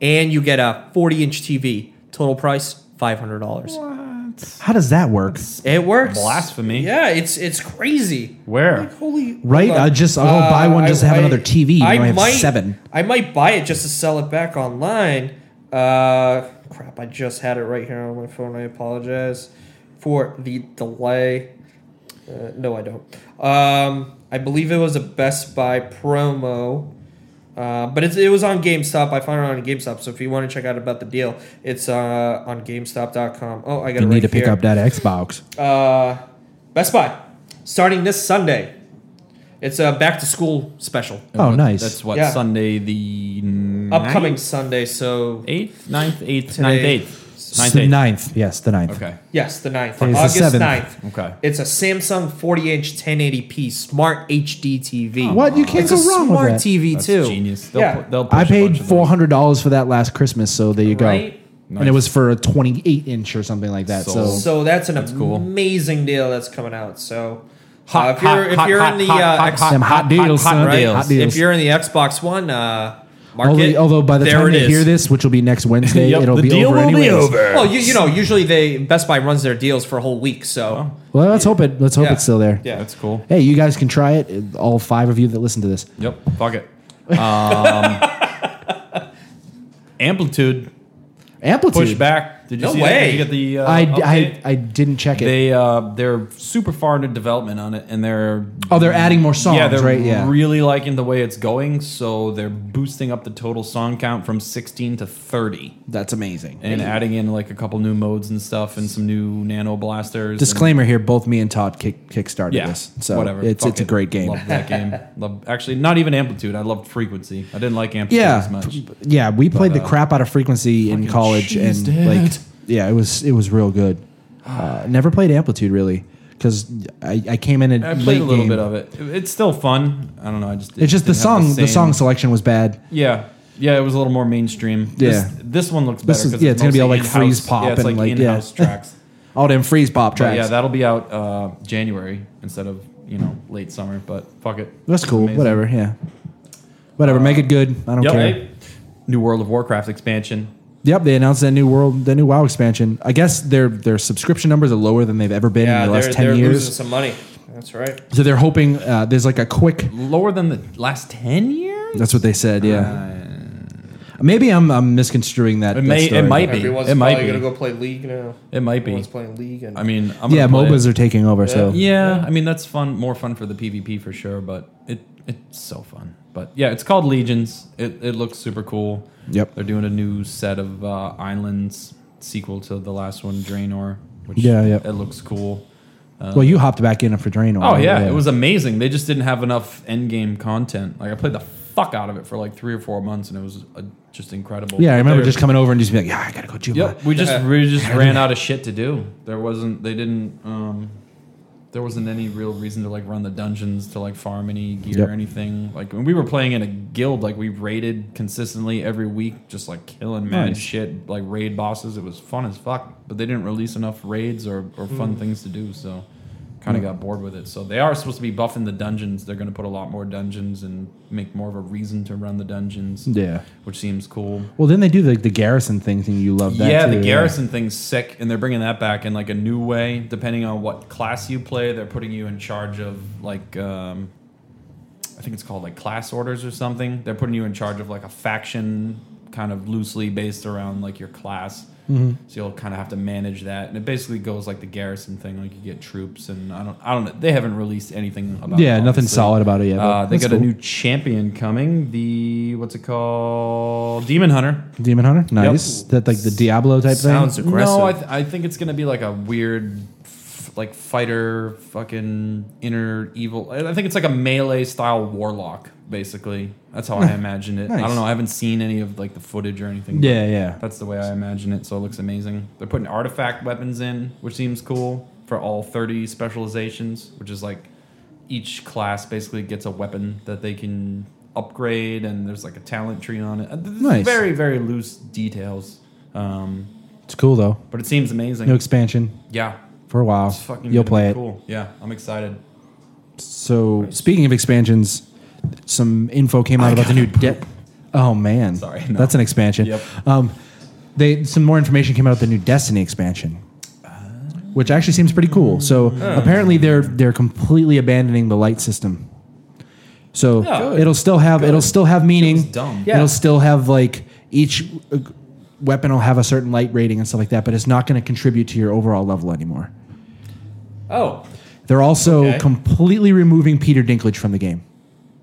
and you get a 40 inch TV. Total price five hundred dollars.
How does that work?
It works.
Blasphemy.
Yeah, it's it's crazy.
Where?
Holy
Right?
hold on.
I just- I'll go buy one just to have another TV, and I have
might,
seven.
I might buy it just to sell it back online. Uh, crap! I just had it right here on my phone. I apologize for the delay. Uh, no, I don't. Um, I believe it was a Best Buy promo. Uh, but it's, it was on GameStop. I found it on GameStop. So if you want to check out about the deal, it's uh, on GameStop.com. Oh, I got
You
it
need
right
to pick
here
up that Xbox.
uh, Best Buy, starting this Sunday. It's a back to school special,
Oh,
What-
nice.
That's what
Yeah.
Sunday the
upcoming
ninth?
Sunday. So
eighth, ninth, eighth,
Today.
ninth, eighth,
It's
ninth,
the
eighth.
ninth. Yes, the ninth.
Okay.
yes, the 9th,
Today's the
August
7th.
9th.
Okay.
It's a Samsung 40 inch 1080p smart HD TV.
What? You can't
It's
go
a
wrong with
smart
that.
TV
That's
too.
genius. They'll,
Yeah.
pu- they'll
I
push a bunch
paid
of
four
those.
hundred dollars for that last Christmas, so there you go.
Right?
And it was for a twenty-eight inch or something like that. So,
Sold.
So that's an
cool.
amazing deal that's coming out. So
Hot,
uh, if you're
hot,
if
hot,
you're in
hot,
the
hot,
uh,
hot,
X-
hot,
Them hot deals,
hot,
son.
hot deals.
Hot
if
deals.
you're in the Xbox One uh, market,
Although, although by the
there
time
it
they
is.
hear this, which will be next Wednesday,
Yep,
it'll
the
be
deal
over
will be
anyways.
over.
well, you, you know, usually they Best Buy runs their deals for a whole week. So
Well, let's hope it. Let's hope
Yeah.
it's still there.
yeah,
That's cool.
Hey, you guys can try it. All five of you that listen to this.
Yep. Fuck it. Um, amplitude
Amplitude.
push back. Did you
No
see
way.
That? Did you get the? Uh,
I,
update?
I, I didn't check it.
they uh, they're super far into development on it, and they're
oh, they're adding more songs,
yeah they're
right? Yeah.
really liking the way it's going. So they're boosting up the total song count from 16 to 30,
That's amazing.
and adding in like a couple new modes and stuff, and some new nano blasters. and-
Disclaimer here: both me and Todd kick kickstarted
Yeah,
this, so
whatever.
it's
Fuck
it's a
it.
great game.
Love that game. Love, actually, not even amplitude. I loved frequency. I didn't like amplitude
Yeah,
as much. uh,
p- yeah. We played the crap out of Frequency in
fucking
college, and
cheesed it.
like, yeah, it was it was real good. Uh, never played Amplitude really because I, I came in at
I
late
played a little
game.
bit of it. It- It's still fun. I don't know. I just
It's just the
didn't have
song. The,
same-
song selection was bad.
Yeah, yeah. It was a little more mainstream.
Yeah.
This, this one looks
This
better.
is-
'cause
yeah, it's gonna be all,
mostly
like, freeze
in-house.
pop
Yeah, it's
and,
like,
like, yeah.
in-house tracks.
All them freeze pop
But
tracks.
yeah, that'll be out uh, January instead of you know late summer. But fuck it.
That's cool.
Amazing.
Whatever. Yeah. Whatever. make it good. I don't
Yep.
care.
New World of Warcraft expansion.
Yep. They announced that new world, the new WoW expansion. I guess their their subscription numbers are lower than they've ever been
yeah,
in the
they're,
last ten
they're losing
years.
some money. That's right.
So they're hoping uh, there's like a quick.
Lower than the last ten years.
That's what they said. Yeah. Maybe I'm I'm misconstruing that. that
It may- it
story.
might be.
Everyone's
It might
probably
be.
gonna go play League now.
It might be.
Everyone's playing League, and
I mean, I'm
Yeah,
gonna play it.
MOBAs are taking over. So
Yeah, I mean that's fun, more fun for the PvP for sure, but it it's so fun. But yeah, it's called Legions. It it looks super cool.
Yep.
They're doing a new set of uh, islands sequel to the last one, Draenor. Which
Yeah, yeah.
It looks cool.
well, you hopped back in for Draenor.
Uh, Oh
right?
yeah, it was amazing. They just didn't have enough end game content. Like I played the fuck out of it for like three or four months, and it was uh, just incredible.
Yeah, I remember
They're-
just coming over and just being like, yeah, I gotta go Juba.
Yep, we just we just ran out of shit to do. There wasn't they didn't um there wasn't any real reason to like run the dungeons to like farm any gear
Yep.
or anything. Like when we were playing in a guild, like we raided consistently every week, just like killing mad
Nice.
shit, like raid bosses. It was fun as fuck, but they didn't release enough raids or, or fun things to do, so kind of got bored with it. So they are supposed to be buffing the dungeons. They're going to put a lot more dungeons and make more of a reason to run the dungeons,
Yeah.
which seems cool.
Well, then they do the, the garrison thing, and you love that.
Yeah,
too,
the garrison thing's sick, and they're bringing that back in like a new way. Depending on what class you play, they're putting you in charge of like um, I think it's called like class orders or something. They're putting you in charge of like a faction, kind of loosely based around like your class.
Mm-hmm.
So you'll kind of have to manage that, and it basically goes like the garrison thing. Like you get troops, and I don't, I don't. know. They haven't released anything about.
Yeah,
it,
nothing
obviously.
solid about it yet. but
Uh, they
that's
got a
cool.
new champion coming. The what's it called? Demon Hunter.
Demon Hunter. Nice. That like the Diablo type
Sounds
thing.
aggressive.
No, I, th- I think it's gonna be like a weird, f- like fighter, fucking inner evil. I I think it's like a melee style warlock, basically. That's how I imagine it. I
Nice.
don't know. I haven't seen any of like the footage or anything. but
Yeah, yeah.
That's the way I imagine it. So it looks amazing. They're putting artifact weapons in, which seems cool for all thirty specializations, which is like each class basically gets a weapon that they can upgrade, and there's like a talent tree on it. Uh, th-
Nice.
Very, very loose details. Um,
It's cool though.
but it seems amazing.
New expansion
yeah,
for a while.
it's fucking.
You'll
gonna
play
be
it.
Cool. Yeah, I'm excited.
So speaking of expansions, some info came out about the new debt. Oh man,
Sorry, no.
that's an expansion.
Yep.
Um, they some more information came out about the new Destiny expansion, which actually seems pretty cool. So
Oh.
apparently they're they're completely abandoning the light system. So
Oh,
Yeah.
it'll still have it'll still have meaning.
Feels dumb.
Yeah.
It'll still have like each uh, weapon will have a certain light rating and stuff like that, but it's not going to contribute to your overall level anymore.
Oh,
They're also
Okay.
completely removing Peter Dinklage from the game.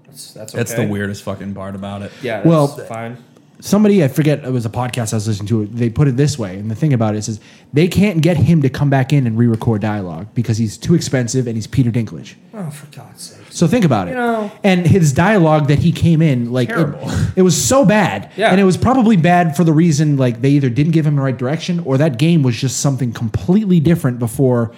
that's that's, okay.
That's the weirdest fucking part about it.
Yeah, that's
Well,
fine.
somebody I forget it was a podcast I was listening to. They put it this way, and the thing about it is, they can't get him to come back in and re-record dialogue because he's too expensive and he's Peter Dinklage.
Oh, for God's sake.
So think about it.
know-
and his dialogue that he came in like it,
Terrible.
it was so bad,
Yeah.
and it was probably bad for the reason like they either didn't give him the right direction or that game was just something completely different before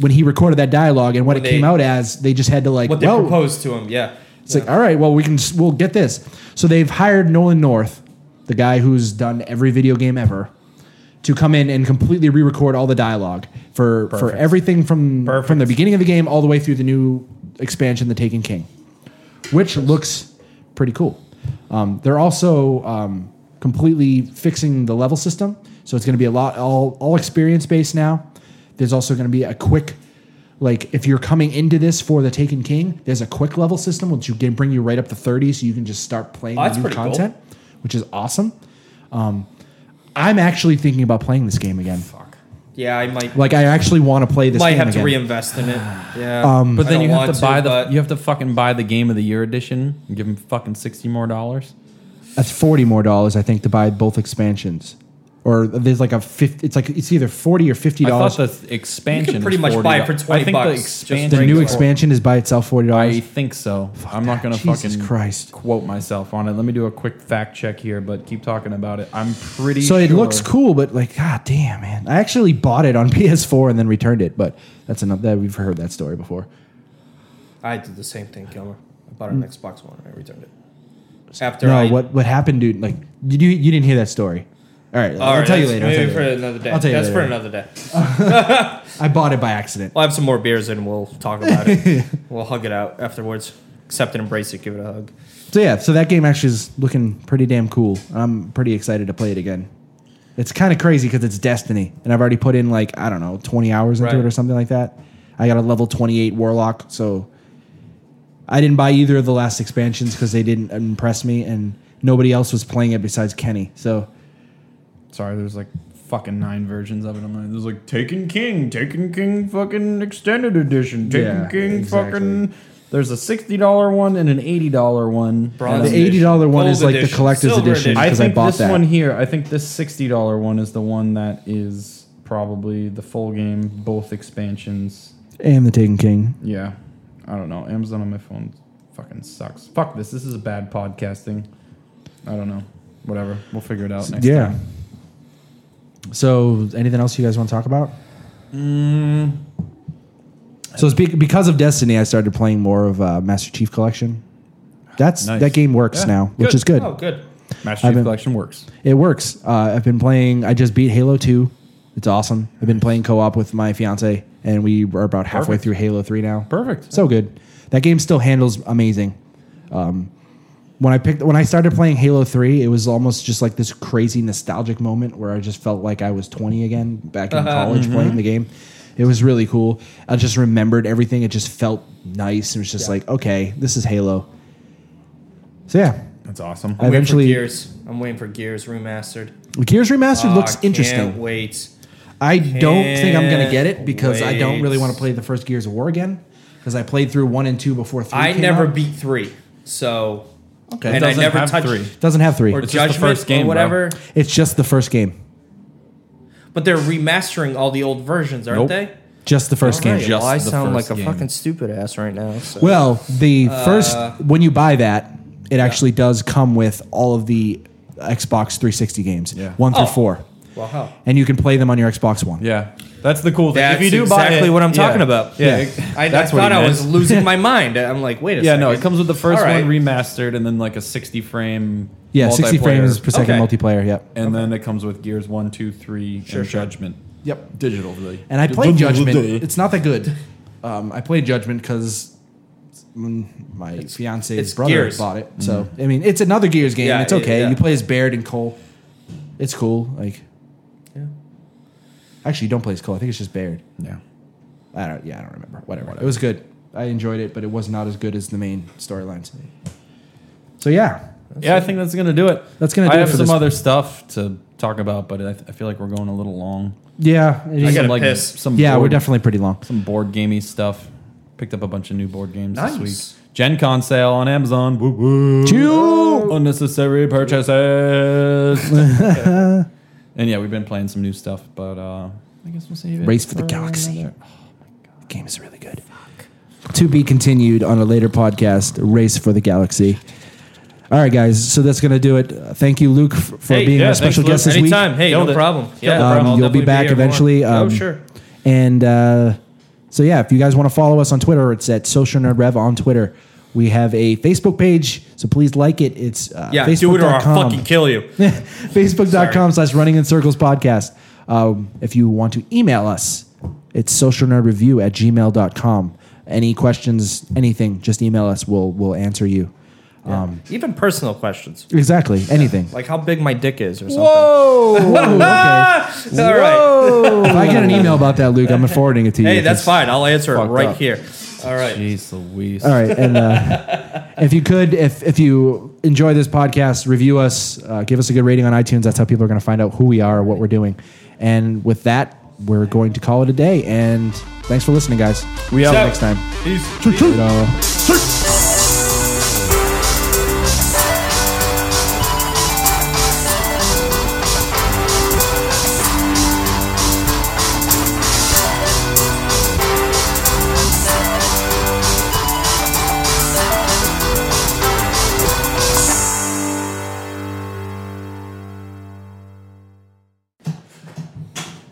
when he recorded that dialogue and what
When
it came
they-
out as. They just had to like
What they
well,
proposed to him, yeah.
it's like, all right, well, we can s- we'll get this. So they've hired Nolan North, the guy who's done every video game ever, to come in and completely re-record all the dialogue for for everything from from the beginning of the game all the way through the new expansion, The Taken King, which looks pretty cool. Um, they're also um, completely fixing the level system, so it's going to be a lot all all experience based now. There's also going to be a quick like if you're coming into this for the Taken King, there's a quick level system which you can bring you right up to 30, so you can just start playing
Oh, that's
the new
pretty cool.
content, which is awesome. Um, I'm actually thinking about playing this game again.
Fuck.
Yeah, I might
Like I actually want to play this.
might
game
have to
again. Um,
reinvest in it. Yeah, I
But then
don't
you have
want
to buy the
but-
you have to fucking buy the game of the year edition and give him fucking sixty more dollars.
That's forty more dollars, I think, to buy both expansions. Or there's like a fifty. It's like it's either forty or fifty
I
dollars.
thought
The,
the expansion.
You could pretty
was
much buy it for
$40.
20
I think
bucks,
The
just
expansion.
bring
new
it
expansion is by itself forty
I
dollars.
think so. I'm not gonna
Jesus
fucking
Christ.
quote myself on it. Let me do a quick fact check here, but keep talking about it. I'm pretty.
So it
sure-
looks cool, but like, god damn, man! I actually bought it on PS4 and then returned it, but that's enough. That we've heard that story before.
I did the same thing, Kilmer. I bought an Xbox One and I returned it. After
Mm. no,
I,
what what happened, dude? Like, did you you didn't hear that story? All right,
All
I'll
right,
tell you
that's
later. I'll tell
Maybe
you
for
later.
another day.
I'll tell you
That's for
later.
another day.
I bought it by accident.
We'll have some more beers and we'll talk about it. we'll hug it out afterwards. Accept and embrace it. Give it a hug.
So yeah, so that game actually is looking pretty damn cool. I'm pretty excited to play it again. It's kind of crazy because it's Destiny, and I've already put in like I don't know 20 hours into
Right.
it or something like that. I got a level 28 warlock, so I didn't buy either of the last expansions because they didn't impress me, and nobody else was playing it besides Kenny. So
Sorry, there's like fucking nine versions of it. I'm like, there's like Taken King, Taken King, fucking extended edition, Taken
Yeah,
King,
exactly.
fucking. There's a sixty dollar one and an eighty dollar one.
Bronze
And
the
I'm-
eighty dollar one
Gold
is like the
edition,
collector's
silver
edition
edition.
I
because I,
think
bought
this
that.
one here. I think this sixty dollar one is the one that is probably the full game, both expansions.
and the Taken King.
Yeah, I don't know. Amazon on my phone fucking sucks. Fuck this. This is bad podcasting. I don't know. Whatever. We'll figure it out next
yeah.
time.
So, anything else you guys want to talk about? Mm. So, speak, because of Destiny, I started playing more of uh, Master Chief Collection. That's
Nice.
that game works
Yeah.
now, which is good.
Oh, good.
Master
I've
Chief
been-
Collection works.
It works. Uh, I've been playing. I just beat Halo Two. It's awesome. I've been playing co-op with my fiance, and we are about halfway
Perfect.
through Halo Three now.
Perfect.
So good. That game still handles amazing. Um, when I picked when I started playing Halo Three, it was almost just like this crazy nostalgic moment where I just felt like I was 20 again, back in college playing the game. It was really cool. I just remembered everything. It just felt nice. It was just like, okay, this is Halo. So yeah,
That's awesome.
I'm waiting for
Eventually-
Gears. I'm waiting for Gears remastered.
Gears Remastered looks
Ah, Can't
interesting.
wait.
I don't think I'm gonna get it
Can't
because I don't really
wait.
want to play the first Gears of War again because I played through one and two before three.
I
came
never
out.
beat three, so
Okay.
and I
Doesn't
never
have
touched
three.
doesn't have three.
or
It's just the
Judgment
first game,
or
bro.
whatever.
it's just the first game.
But they're remastering all the old versions, aren't
Nope.
they?
Just the first game.
Alright. Just
well, I
the
sound
first
like a
game.
fucking stupid ass right now. so-
Well, the first
Uh,
when you buy that, it actually does come with all of the Xbox 360 games,
Yeah.
one through
Oh.
four,
Well, how?
and you can play them on your Xbox One.
Yeah, that's the cool thing.
That's
if you do
exactly
buy it,
what I'm talking
yeah.
about.
Yeah,
I, I
that's what
thought
he
I
meant.
was losing my mind. I'm like, wait
Yeah,
a second.
no, it comes with the first
All right.
one remastered, and then like a 60 frame.
Yeah, 60
multiplayer.
frames per second
Okay.
multiplayer. Yep.
And then it comes with Gears One, Two, Three, and Judgment.
Yep.
Digital, really.
And I played
Digital
Judgment.
Day.
It's not that good. Um, I played Judgment because my fiance's
it's
brother
Gears.
bought it. So I mean, it's another Gears game.
Yeah,
it's
it-
okay.
yeah.
You play as Baird and Cole. It's cool. Like, actually, you don't play as Cole. I think it's just Baird.
Yeah.
I don't. Yeah, I don't remember. Whatever. It was good. I enjoyed it, but it was not as good as the main storylines. So yeah,
yeah, I think that's gonna do it.
That's gonna do
I
it
have
for
some
this-
other stuff to talk about, but I, th- I feel like we're going a little long.
yeah, it
I
is-
gotta
Some, like
piss.
some
yeah.
board,
We're definitely pretty long.
some board gamey stuff. Picked up a bunch of new board games
Nice.
this week. Gen Con sale on Amazon. Woo woo.
Two.
Oh, unnecessary purchases. and yeah, we've been playing some new stuff, but uh, I guess we'll save it.
Race for the Galaxy. The game is really good. To be continued on a later podcast. Race for the Galaxy. All right, guys. So that's gonna do it. Uh, Thank you, Luke, f- for
Hey,
being
yeah,
our special
thanks, Luke.
guest this
Anytime. Hey,
Killed
no
it.
problem. Yeah,
Killed it.
no
Um,
problem. I'll
you'll be
definitely
back
here more.
eventually. Um,
oh, sure.
week. And uh, so yeah, if you guys want to follow us on Twitter, it's at Social Nerd Rev on Twitter. We have a Facebook page, so please like it. It's uh,
Yeah, do it or I'll
facebook.com.
fucking kill you.
facebook.com slash running in circles podcast um, if you want to email us it's social nerd review at gmail.com any questions anything just email us we'll we'll answer you
Even personal questions.
exactly anything
Like how big my dick is or something.
Whoa,
All right.
okay. if i get an email about that luke i'm forwarding it to you
Hey, that's
'cause-
fine. I'll answer it
Fucked
right
up.
here. All right.
Jeez Louise.
All right, and uh, if you could, if if you enjoy this podcast, review us, uh, give us a good rating on iTunes. That's how people are going to find out who we are, what we're doing, and with that, we're going to call it a day. And thanks for listening, guys. We out next time. You know.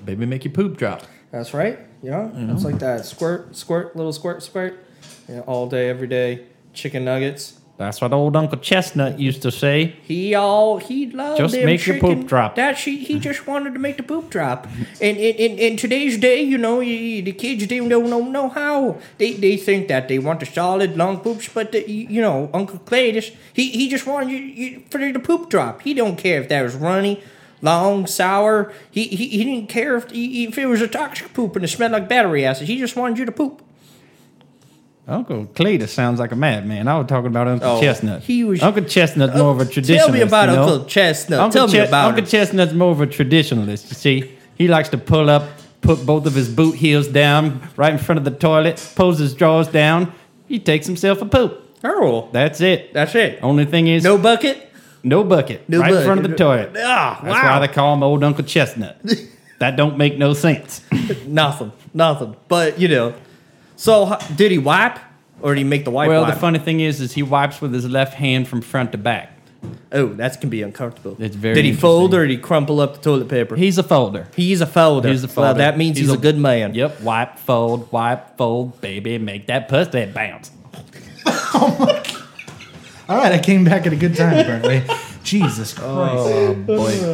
Baby, make you poop drop.
That's right. Yeah. It's like that squirt, squirt, little squirt, squirt. Yeah, all day, every day. Chicken nuggets.
That's what old Uncle Chestnut used to say.
He all he loved
Just
them
make your
chicken-
poop drop.
That she he just wanted to make the poop drop. And in, in, in today's day, you know, you, the kids they don't know, know how. They they think that they want the solid long poops, but the, you you know Uncle Clay just he he just wanted you, you for the poop drop. He don't care if that was runny. Long, sour. He, he he didn't care if he, if it was a toxic poop and it smelled like battery acid. He just wanted you to poop.
Uncle Cletus sounds like a madman. I was talking about Uncle
Oh,
Chestnut.
he was- Oh,
Uncle Chestnut's more of a traditionalist.
Tell me about
you know?
Uncle Chestnut.
Uncle
Tell me
Chest-
about
Uncle
him.
Chestnut's more of a traditionalist. You see, he likes to pull up, put both of his boot heels down right in front of the toilet, pulls his drawers down. He takes himself a poop.
Earl.
That's it.
That's it.
Only thing is
No bucket.
no bucket
No
right
bucket.
in front of the toilet.
Ah,
That's
wow.
why they call him old Uncle Chestnut. that don't make no sense.
Nothing. Nothing. But you know. So h- did he wipe, or did he make the wipe?
Well,
wipe?
the funny thing is, is he wipes with his left hand from front to back.
Oh, that can be uncomfortable.
It's very
Did he
interesting.
fold or did he crumple up the toilet paper?
He's a folder.
he's a folder.
He's a folder.
Well, that means he's, a, good man.
Yep. Wipe, fold, wipe, fold, baby, make that pussy bounce.
Oh. All right, I came back at a good time. Apparently, Jesus Christ.